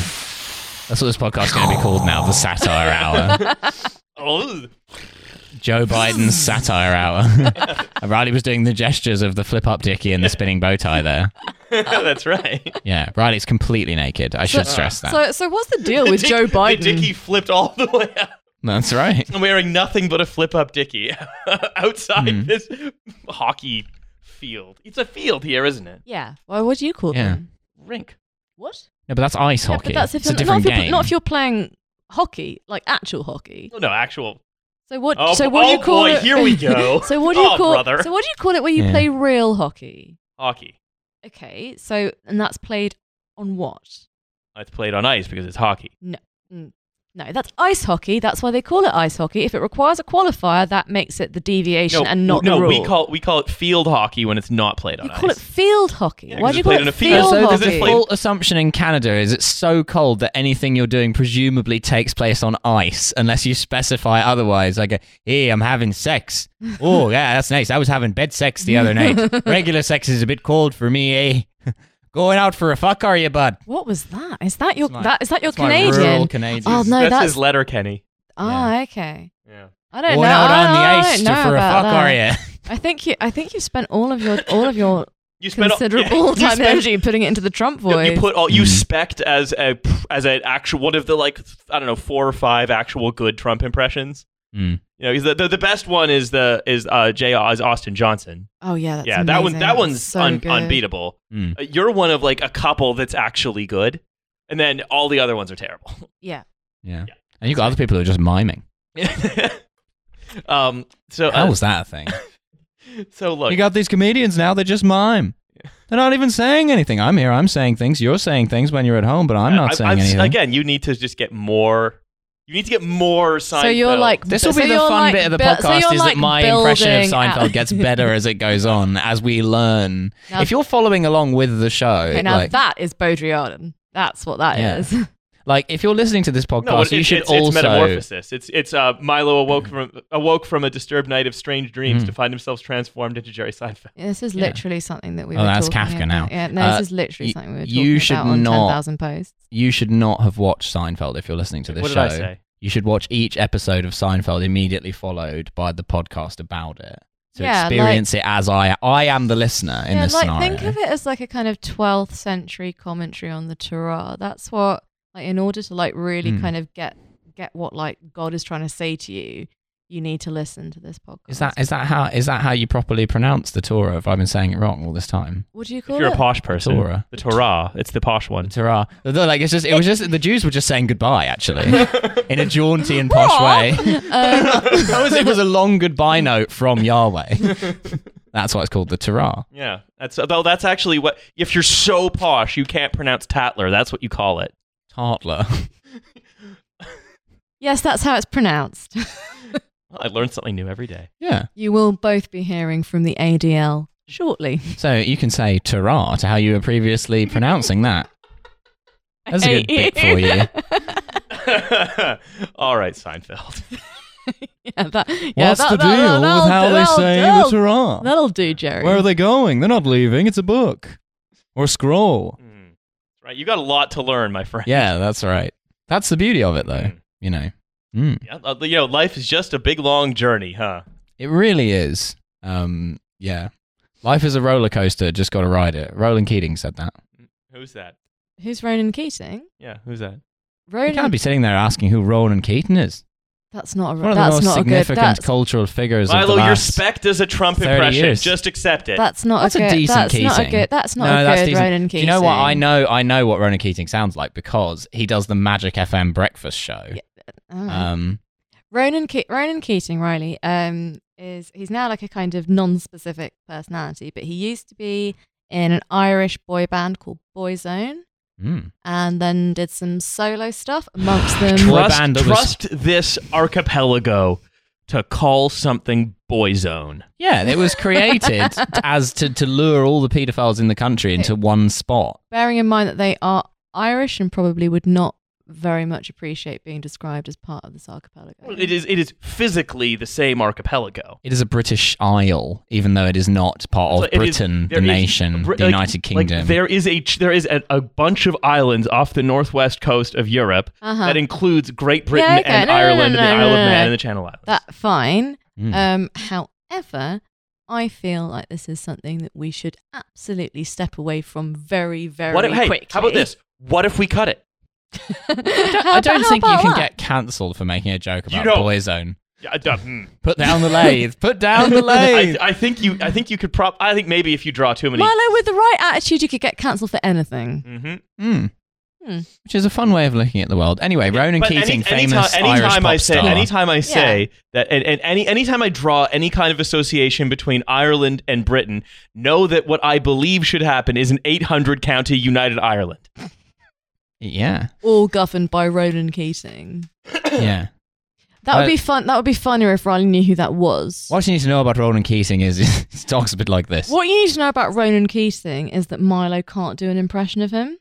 A: That's what this podcast is going to be called now, the Satire Hour.
B: Oh,
A: Joe Biden's Satire Hour. Riley was doing the gestures of the flip up dicky and the spinning bow tie there.
B: that's right.
A: Yeah, Riley's completely naked. I should stress that.
C: So, so what's the deal
B: The
C: with
B: dick-
C: Joe Biden?
B: The dicky flipped all the way up.
A: That's right.
B: I'm wearing nothing but a flip up dicky outside
A: Mm.
B: this hockey field. It's a field here, isn't it?
C: yeah. Well, what do you call
A: Yeah.
C: them?
B: Rink.
C: What?
A: No, but that's ice
C: Yeah,
A: hockey.
C: but that's if
A: it's a
C: you're, not,
A: different
C: if you're,
A: game.
C: not if you're playing hockey, like actual hockey.
B: No, no, actual.
C: So what?
B: Oh,
C: so what do
B: oh
C: you call
B: boy,
C: it?
B: here we go.
C: so what do you
B: Oh,
C: call?
B: brother.
C: So what do you call it where you
A: Yeah.
C: play real hockey?
B: Hockey.
C: Okay, so and that's played on what?
B: It's played on ice because it's hockey.
C: No, that's ice hockey. That's why they call it ice hockey. If it requires a qualifier, that makes it the deviation and not
B: no,
C: the rule.
B: we call we call it field hockey when it's not played on
C: you
B: ice.
C: call it field hockey.
B: Yeah,
C: why
B: 'cause
C: do you
B: it's
C: call
B: played
C: it
B: in a
C: field
B: field.
A: so
B: Because
A: the
B: it's
C: hockey?
B: played-
A: default assumption in Canada is it's so cold that anything you're doing presumably takes place on ice unless you specify otherwise. Like, hey, I'm having sex. Oh, yeah, that's nice. I was having bed sex the other night. Regular sex is a bit cold for me, eh? Going out for a fuck, are you, bud?
C: What was that? Is that your
A: That's my-
C: that is that your
A: That's my rural
C: Canadian?
A: Canadian.
C: Oh no,
B: that's,
C: that's,
B: his letter, Kenny.
C: ah okay.
B: Yeah.
C: I don't
A: Going
C: know.
A: out
C: I,
A: on the
C: I
A: ice
C: don't know
A: for a
C: about
A: fuck,
C: that.
A: are you?
C: I think you. I think you've spent all of your all of your
B: You spent all- yeah,
C: considerable time
B: you
C: and
B: spent-
C: energy putting it into the Trump
B: No,
C: voice.
B: You put all you
A: Mm.
B: specked as a as an actual one of the like I don't know four or five actual good Trump impressions.
A: Mm.
B: You know, 'cause the, the the best one is the is uh J is Austin Johnson.
C: oh yeah, that's
B: yeah, that one
C: amazing.
B: that one's
C: so
B: un,
C: good.
B: unbeatable.
A: Mm.
B: Uh, You're one of like a couple that's actually good, and then all the other ones are terrible.
C: Yeah.
A: Yeah. And you've got other people who are just miming.
B: um. So
A: How
B: uh,
A: was that a thing?
B: so look.
A: You got these comedians now, they just mime. They're not even saying anything. I'm here, I'm saying things. You're saying things when you're at home, but I'm not
B: I-
A: saying
B: I'm s-
A: anything.
B: Again, you need to just get more. You need to get more. Seinfeld.
C: So you're like
A: this will
C: so
A: be the
C: you're
A: fun
C: like
A: bit of the
C: bu- so
A: podcast
C: you're
A: is
C: like
A: that my impression of
C: building
A: Seinfeld
C: out-
A: gets better as it goes on, as we learn.
C: Now-
A: if you're following along with the show,
C: Okay, now
A: like,
C: that is Baudrillardan. That's what that
A: Yeah.
C: is.
A: like, if you're listening to this podcast,
B: No, it-
A: you
B: it's-
A: should
B: it's,
A: also
B: it's metamorphosis. It's it's uh, Milo awoke from awoke from a disturbed night of strange dreams
A: Mm.
B: to find himself transformed into Jerry Seinfeld.
C: Yeah, This is
A: Yeah.
C: literally something that we
A: Oh,
C: were
A: that's
C: talking
A: Kafka
C: about.
A: now.
C: Yeah, no,
A: Uh,
C: this is literally
A: y-
C: something we were talking
A: you should
C: about on
A: not-
C: 10,000 posts.
A: you should not have watched Seinfeld if you're listening to this
B: what
A: show.
B: did I say?
A: You should watch each episode of Seinfeld immediately followed by the podcast about it to
C: Yeah,
A: experience it as I I am the listener in
C: yeah,
A: this
C: like
A: scenario.
C: think of it as like a kind of 12th century commentary on the Torah. That's what like in order to like really
A: Hmm.
C: kind of get get what like God is trying to say to you, you need to listen to this podcast.
A: Is that is that how is that how you properly pronounce the Torah? If I've been saying it wrong all this time,
C: what do you
B: If
C: call
B: you're
C: it?
B: a posh person,
A: Torah.
B: the Torah, it's the posh one.
A: Torah. Although, Like it's just it was just the Jews were just saying goodbye actually in a jaunty and posh way.
C: Um,
A: That was- it was a long goodbye note from Yahweh. That's why it's called the Torah.
B: Yeah, that's though. That's actually what if you're so posh you can't pronounce Tatler. That's what you call it.
A: Tartler.
C: yes, that's how it's pronounced.
B: Well, I learn something new every day.
A: Yeah.
C: You will both be hearing from the ADL shortly.
A: So you can say Torah to how you were previously pronouncing that. That's a good bit for you.
B: All right, Seinfeld.
C: Yeah, that, yeah, that, that- that- that'll- that'll- that'll-
A: Torah?
C: That'll do, Jerry.
A: they going? They're not leaving. It's a book or a scroll.
C: Hmm.
B: Mm. Right, you got a lot to learn, my friend.
A: Yeah, that's right. That's the beauty of it, though.
B: Mm.
A: You know, mm.
B: Yeah, uh, you know, life is just a big long journey, huh?
A: it really is. Um, yeah, life is a roller coaster. Just got to ride it. Roland Keating said that.
B: Who's that?
C: Who's Ronan Keating?
B: Yeah, who's that?
A: You
C: Ronan.
A: can't be sitting there asking who Roland Keating is.
C: that's not a.
A: One of the
C: that's
A: most
C: not a good.
A: significant
C: That's,
A: cultural figures of the
B: Milo,
A: last.
B: your spec does a Trump
A: 30
B: impression.
A: years.
B: Just accept it.
C: that's not
A: That's a
C: a good.
A: decent
C: that's not a
A: Keating.
C: good. That's not
A: No,
C: a
A: that's
C: good
A: decent.
C: Ronan
A: Do
C: Keating.
A: you know what I know? I know what Ronan Keating sounds like because he does the Magic FM breakfast show.
C: Oh.
A: Um,
C: Ronan Ke- Ronan Keating Riley um is he's now like a kind of non-specific personality, but he used to be in an Irish boy band called Boyzone,
A: mm.
C: and then did some solo stuff. Amongst them,
A: Boy
B: trust,
A: band that was-
B: trust this archipelago to call something boyzone.
A: Yeah, it was created as to, to lure all the paedophiles in the country into one spot.
C: bearing in mind that they are Irish and probably would not very much appreciate being described as part of this archipelago.
B: Well, It is. It is physically the same archipelago.
A: It is a British Isle, even though it is not part
B: So
A: of
B: it is-
A: Britain,
B: there
A: the
B: is-
A: nation,
B: Brit-
A: the
B: like-
A: United
B: like,
A: Kingdom.
B: there is a ch- there is a, a bunch of islands off the northwest coast of Europe
C: Uh-huh.
B: that includes Great Britain
C: Yeah, okay.
B: and
C: No, no, no,
B: Ireland
C: no,
B: and the
C: no,
B: Isle of
C: no,
B: Man
C: no.
B: and the Channel Islands.
C: That fine.
B: Hmm.
A: Mm.
C: Um, however, I feel like this is something that we should absolutely step away from very, very
B: what if, hey,
C: quickly.
B: how about this? What if we cut it?
A: I don't think you can get cancelled for making a joke
B: You
A: about
B: don't-
A: Boyzone.
B: Yeah, I don't- hmm.
A: Put down the lathe. Put down the
B: I,
A: lathe.
B: I think you. I think you could. Prop. I think maybe if you draw too many.
C: Milo with the right attitude. You could get cancelled for anything.
B: Mhm.
A: Mm.
C: Hmm.
A: Which is a fun way of looking at the world. Anyway, Ronan
B: But
A: Keating,
B: any, any
A: famous
B: ti-
A: Irish
B: anytime
A: pop
B: I say,
A: star.
B: Anytime I say that, and, and any anytime I draw any kind of association between Ireland and Britain, know that what I believe should happen is an 800 county United Ireland.
A: yeah,
C: All governed by Ronan Keating.
A: yeah.
C: That would
A: Uh,
C: be fun. That would be funnier if Riley knew who that was.
A: What you need to know about Ronan Keating is his talks a bit like this.
C: What you need to know about Ronan Keating is that Milo can't do an impression of him.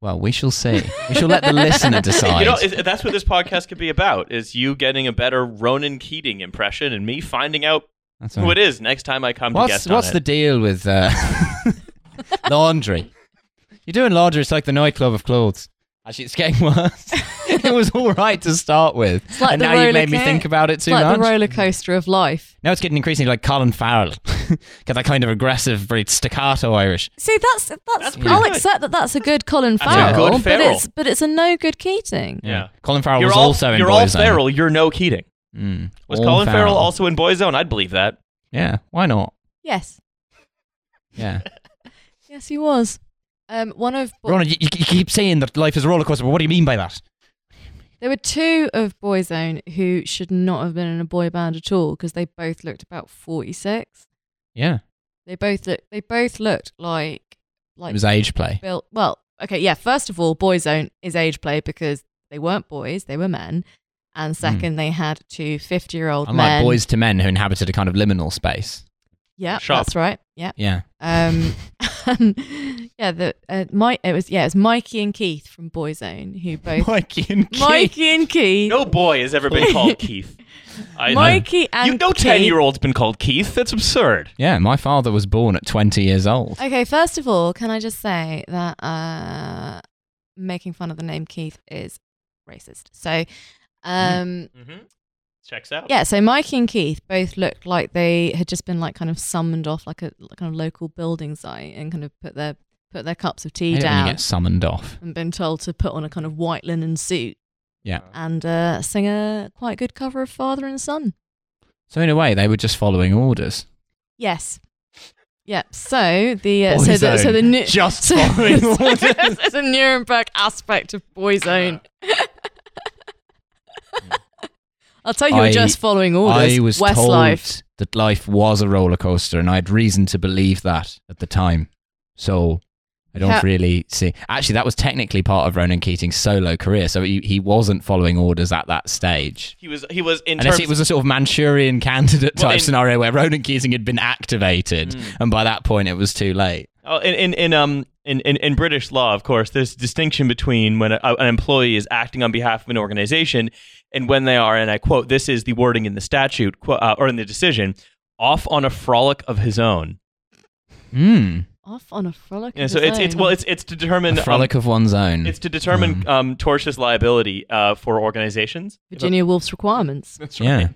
A: Well, we shall see. We shall let the listener decide.
B: You know, is- that's what this podcast could be about: is you getting a better Ronan Keating impression, and me finding out
A: That's all
B: who
A: right.
B: it is next time I come to
A: What's
B: guest on
A: what's
B: it.
A: the deal with uh, laundry? You're doing laundry. It's like the nightclub of clothes. Actually, it's getting worse. it was all right to start with,
C: like
A: and
C: the
A: now you
C: roller
A: made me
C: co-
A: think about it
C: It's
A: too
C: like
A: much.
C: the roller coaster of life.
A: now it's getting increasingly like Colin Farrell, got that kind of aggressive, very staccato Irish.
C: See, that's that's.
B: pretty
C: I'll
B: good.
C: accept that that's a good Colin
B: a
C: Farrell,
B: good
C: but
B: Farrell.
C: it's but it's a no good Keating.
B: Yeah.
A: Colin Farrell
B: you're
A: was
B: all,
A: also in
B: you're all
A: Boyzone.
B: Farrell. You're no Keating.
A: Mm,
B: Was
A: all
B: Colin Farrell. also in Boyzone? I'd believe that.
A: Yeah, why not?
C: Yes,
A: Yeah,
C: yes, he was. Um, one of Bo-
A: Ronan, you, you keep saying that life is a roller coaster, but what do you mean by that?
C: there were two of Boyzone who should not have been in a boy band at all because they both looked about forty six.
A: Yeah,
C: They both look. They both looked like
A: it
C: like
A: was age play.
C: built. Well, okay, yeah. First of all, Boyzone is age play because they weren't boys; they were men. And second, they had two 50 year old
A: Hmm. Unlike
C: men.
A: boys to men who inhabited a kind of liminal space.
C: yeah,
B: Sharp.
C: that's right. Yeah,
A: Yeah.
C: Um, and, yeah, the uh, my it was yeah, it was Mikey and Keith from Boyzone who both
A: Mikey and
C: Mikey and Keith,
B: No boy has ever been called Keith. I,
C: Mikey
B: I-
C: and
B: you no
C: Keith.
B: ten year old's been called Keith. That's absurd.
A: Yeah, my father was born at 20 years old.
C: Okay, first of all, can I just say that uh, making fun of the name Keith is racist. So, um,
B: Mm-hmm. Checks out.
C: yeah, so Mikey and Keith both looked like they had just been like kind of summoned off like a like kind of local building site and kind of put their put their cups of
A: I
C: tea
A: hate it when you
C: down
A: get summoned off.
C: and been told to put on a kind of white linen suit
A: Yeah.
C: and uh, sing a quite good cover of Father and Son.
A: So in a way, they were just following orders.
C: Yes. Yep. So the uh, so the
A: Boyzone.
C: so the new
A: Just
C: so,
A: following
C: so
A: orders.
C: there's a Nuremberg aspect of Boyzone. I'll tell you,
A: I-
C: we're just following orders.
A: I was told
C: Westlife.
A: that life was a roller coaster, and I had reason to believe that at the time. So I don't
C: Yeah.
A: really see. Actually, that was technically part of Ronan Keating's solo career, so he, he wasn't following orders at that stage.
B: He was he was in
A: Unless
B: terms
A: it was a sort of Manchurian candidate type
B: Well, in- Hmm.
A: scenario where Ronan Keating had been activated, and by that point it was too late.
B: Oh, in, in, in um in, in, in British law, of course, there's a distinction between when a, an employee is acting on behalf of an organization and when they are, and I quote, this is the wording in the statute qu- uh, or in the decision, off on a frolic of his own.
A: Hmm.
C: Off on a frolic.
B: Yeah,
C: of
B: so
C: his
B: it's it's
C: own.
B: well, it's it's to determine
A: a frolic of one's own.
B: um, it's to determine um, tortious liability uh, for organizations.
C: Virginia Woolf's requirements.
B: That's
A: yeah.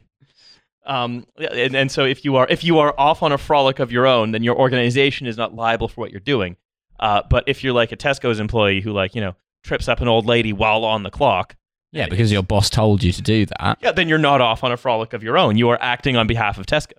B: Um, yeah, and, and so if you are if you are off on a frolic of your own, then your organization is not liable for what you're doing. Uh, but if you're like a Tesco's employee who like you know trips up an old lady while on the clock,
A: Yeah, because your boss told you to do that.
B: yeah, then you're not off on a frolic of your own. You are acting on behalf of Tesco.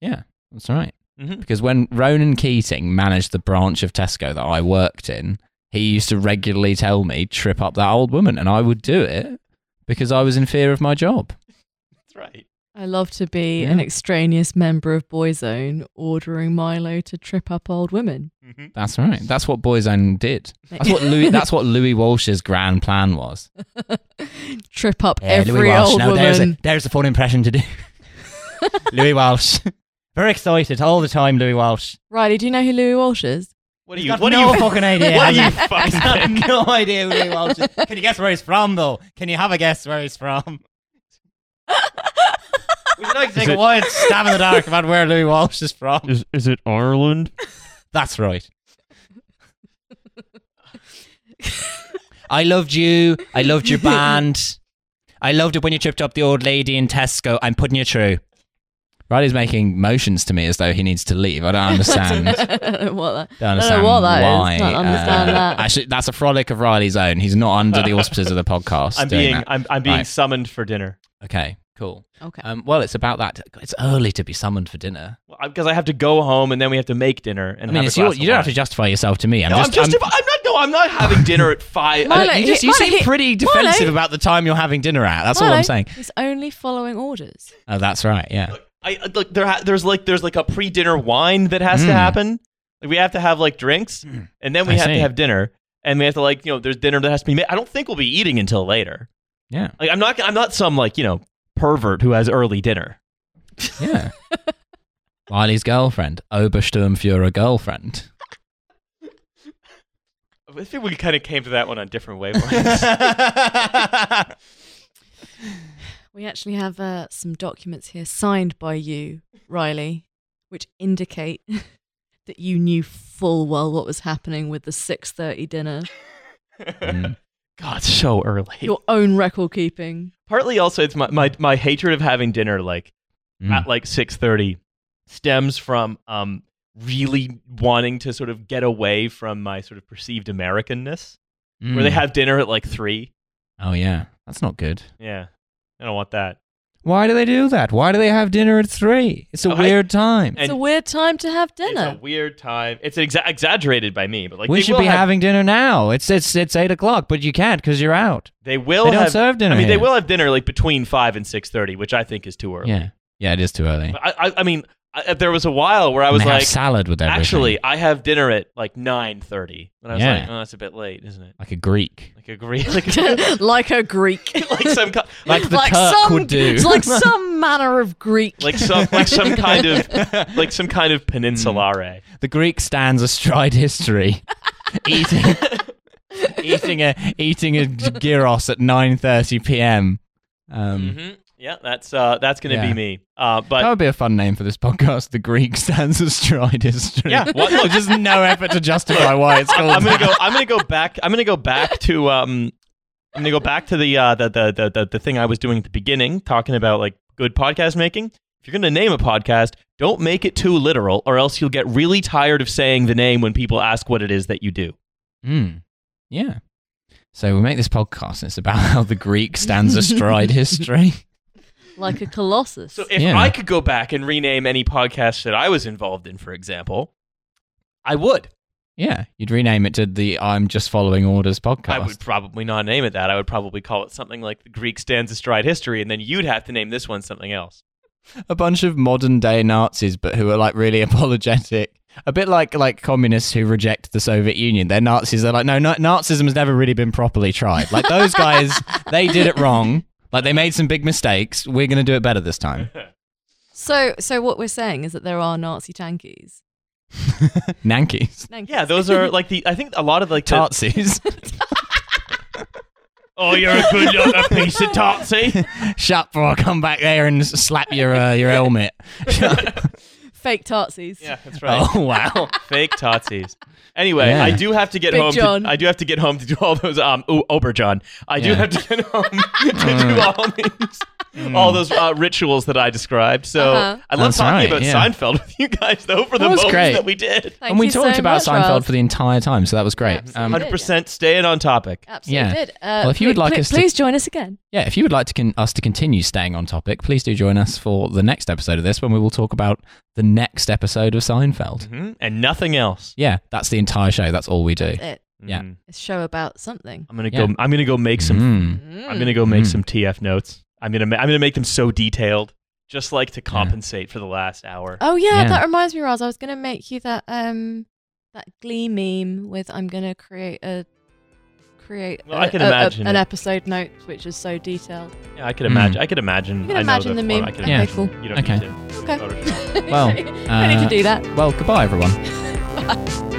A: Yeah, that's right.
B: Mhm.
A: Because when Ronan Keating managed the branch of Tesco that I worked in, he used to regularly tell me, trip up that old woman, and I would do it because I was in fear of my job.
B: That's right.
C: I love to be
A: Yeah.
C: an extraneous member of Boyzone ordering Milo to trip up old women.
B: Mm-hmm.
A: That's right. That's what Boyzone did. That's what Louis, that's what Louis Walsh's grand plan was.
C: trip up
E: Yeah,
C: every old
E: now There's, a,
C: woman.
E: there's the fun impression to do. Louis Walsh. Very excited all the time, Louis Walsh.
C: Riley, do you know who Louis Walsh is?
B: What do
E: He's
B: you?
E: got
B: What do
E: no
B: you?
E: fucking idea.
B: What
E: has
B: do
E: he?
B: you fucking
E: He's got
B: think?
E: no idea who Louis Walsh is. Can you guess where he's from, though? Can you have a guess where he's from? Would you like to take a wild stab in the dark about where Louis Walsh is from?
B: Is is it Ireland?
E: That's right. I loved you. I loved your band. I loved it when you tripped up the old lady in Tesco. I'm putting you through.
A: Riley's making motions to me as though he needs to leave. I don't understand.
C: what that?
A: Don't
C: I don't know
A: understand
C: what that is.
A: why.
C: Don't understand
A: uh,
C: that.
A: Actually, that's a frolic of Riley's own. He's not under the auspices of the podcast.
B: I'm
A: doing
B: being
A: that.
B: I'm I'm being
A: Right.
B: summoned for dinner
A: okay. Cool.
C: Okay.
A: Um, well, it's about that. It's early to be summoned for dinner.
B: because I have to go home and then we have to make dinner. And
A: I mean,
B: have
A: it's
B: a glass
A: your,
B: of
A: you don't
B: wine.
A: have to justify yourself to me. I'm
B: No,
A: just.
B: I'm just.
A: I'm-
B: I'm, not. No, I'm not having dinner at five.
C: Milo,
A: you just, you
C: Milo,
A: seem
C: he-
A: pretty
C: Milo-
A: defensive about the time you're having dinner at. That's all
C: Hello.
A: I'm saying.
C: He's only following orders.
A: Oh, that's right. Yeah.
B: I I- look there. Ha- there's like there's like a pre-dinner wine that has
A: Mm.
B: to happen. Like we have to have like drinks, and then
A: Hmm. I
B: we have
A: see.
B: to have dinner, and we have to like you know there's dinner that has to be made. I don't think we'll be eating until later.
A: Yeah.
B: Like I'm not I'm not some like you know pervert who has early dinner.
A: Yeah. Riley's girlfriend, Obersturmfuhrer girlfriend.
B: I think we kind of came to that one on different
A: Mm.
B: wavelengths.
C: We actually have uh, some documents here signed by you, Riley, which indicate that you knew full well what was happening with the 6:30 dinner.
A: Mm.
B: God, so early.
C: Your own record keeping.
B: Partly also it's my, my my hatred of having dinner like
A: Mm.
B: at like 6:30 stems from um really wanting to sort of get away from my sort of perceived Americanness where they
A: Mm.
B: have dinner at like 3.
A: Oh yeah, that's not good.
B: Yeah. I don't want that.
A: Why do they do that? Why do they have dinner at three? It's a
B: Oh, I-
A: weird time.
C: It's
B: And-
C: a weird time to have
B: It's
C: dinner.
B: a weird time. It's exa- exaggerated by me, but like
A: we
B: they
A: should
B: will
A: be
B: have,
A: having dinner now. It's it's it's eight o'clock, but you can't because you're out.
B: they will
A: they don't
B: have
A: serve dinner.
B: I mean they
A: here.
B: will have dinner like between 5 and 6:30, which I think is too early.
A: Yeah, yeah, it is too early.
B: But I, I I mean I, there was a while where I
A: And
B: was
A: they have
B: like
A: salad with everything.
B: actually I have dinner at like 9:30. And I was
A: Yeah.
B: like, "Oh, that's a bit late, isn't it?"
A: like a Greek,
B: Like agree like
C: like a Greek.
B: like some kind
A: like the Turk
C: some,
A: would do.
C: It's like some manner of Greek.
B: like some like some kind of like some kind
A: Hmm.
B: of peninsulare.
A: the Greek stands astride history, eating eating a eating a gyros at nine thirty p.m. Um,
B: Mm-hmm. Yeah, that's uh, that's gonna
A: Yeah.
B: be me. Uh,
A: That
B: but
A: would be a fun name for this podcast. The Greek stands astride history.
B: Yeah, what- look-
A: just no effort to justify why it's called.
B: I'm gonna go. I'm gonna go back. I'm gonna go back to um. I'm gonna go back to the uh the the the, the, the thing I was doing at the beginning, talking about like good podcast making. If you're gonna name a podcast, don't make it too literal, or else you'll get really tired of saying the name when people ask what it is that you do.
A: Mm. Hmm. Yeah. So we make this podcast, and it's about how the Greek stands astride history.
F: like a colossus.
B: So if
A: Yeah.
B: I could go back and rename any podcast that I was involved in, for example, I would.
A: Yeah, you'd rename it to the "I'm Just Following Orders" podcast.
B: I would probably not name it that. I would probably call it something like the Greek stands astride history, and then you'd have to name this one something else.
A: a bunch of modern day Nazis, but who are like really apologetic. A bit like like communists who reject the Soviet Union. They're Nazis. They're like, no, na- Nazism has never really been properly tried. Like those guys, they did it wrong. Like they made some big mistakes. We're gonna do it better this time.
C: So, so what we're saying is that there are Nazi tankies.
A: Nankies,
C: Nankies.
B: Yeah, those are like the. I think a lot of like the,
A: Tartsies,
B: Oh, you're a good little piece of Totsy.
A: shut before I come back there and s- slap your uh, your helmet.
F: Fake Tartsies.
B: Yeah, that's right.
A: oh wow.
B: Fake Totsies. Anyway,
A: Yeah.
B: I do have to get
F: Big
B: home.
F: John.
B: To, I do have to get home to do all those. Um, ooh, Oberjohn. I do
A: Yeah. Mm.
B: have to get home to do all these, all those uh, rituals that I described. So
C: Uh-huh.
B: I love
A: That's
B: talking
A: right,
B: about
A: yeah.
B: Seinfeld with you guys, though, for the
A: was
B: moments
A: great.
B: that we did.
F: Thank
A: and we
F: you so
A: talked
F: much,
A: about Seinfeld
F: Ross.
A: for the entire time, so that was great. Um,
B: Hundred percent staying on topic.
F: Absolutely
A: Yeah.
F: did. Uh,
A: Well, if you would
F: pl-
A: like
F: pl-
A: us to-
F: please join us again.
A: Yeah, if you would like to con- us to continue staying on topic, please do join us for the next episode of this when we will talk about the next episode of
C: Mm-hmm.
A: Seinfeld.
B: hmm And nothing else.
A: Yeah, that's the entire show. That's all we do.
C: It,
A: Yeah.
B: Mhm.
C: a show about something.
B: I'm gonna
A: Yeah.
B: go. I'm gonna go make some.
A: Mm.
B: I'm gonna go make
A: Mm.
B: some TF notes. I'm gonna. Ma- I'm gonna make them so detailed, just like to compensate for the last hour.
C: Oh yeah,
A: Yeah.
C: that reminds me, Roz. I was gonna make you that um that Glee meme with I'm gonna create a create
B: Well,
C: a-
B: I can
C: a- a-
B: imagine
C: an
B: it.
C: episode note which is so detailed.
B: Yeah, I could
A: Mm.
B: imagine. I could imagine.
C: You can
B: I know
C: imagine the meme.
B: form. I can
C: Okay,
B: imagine.
C: cool.
B: You don't
A: Okay.
B: need to.
C: Okay.
B: Photoshop.
A: Well,
C: I need
A: uh,
C: to do that.
A: well, goodbye, everyone.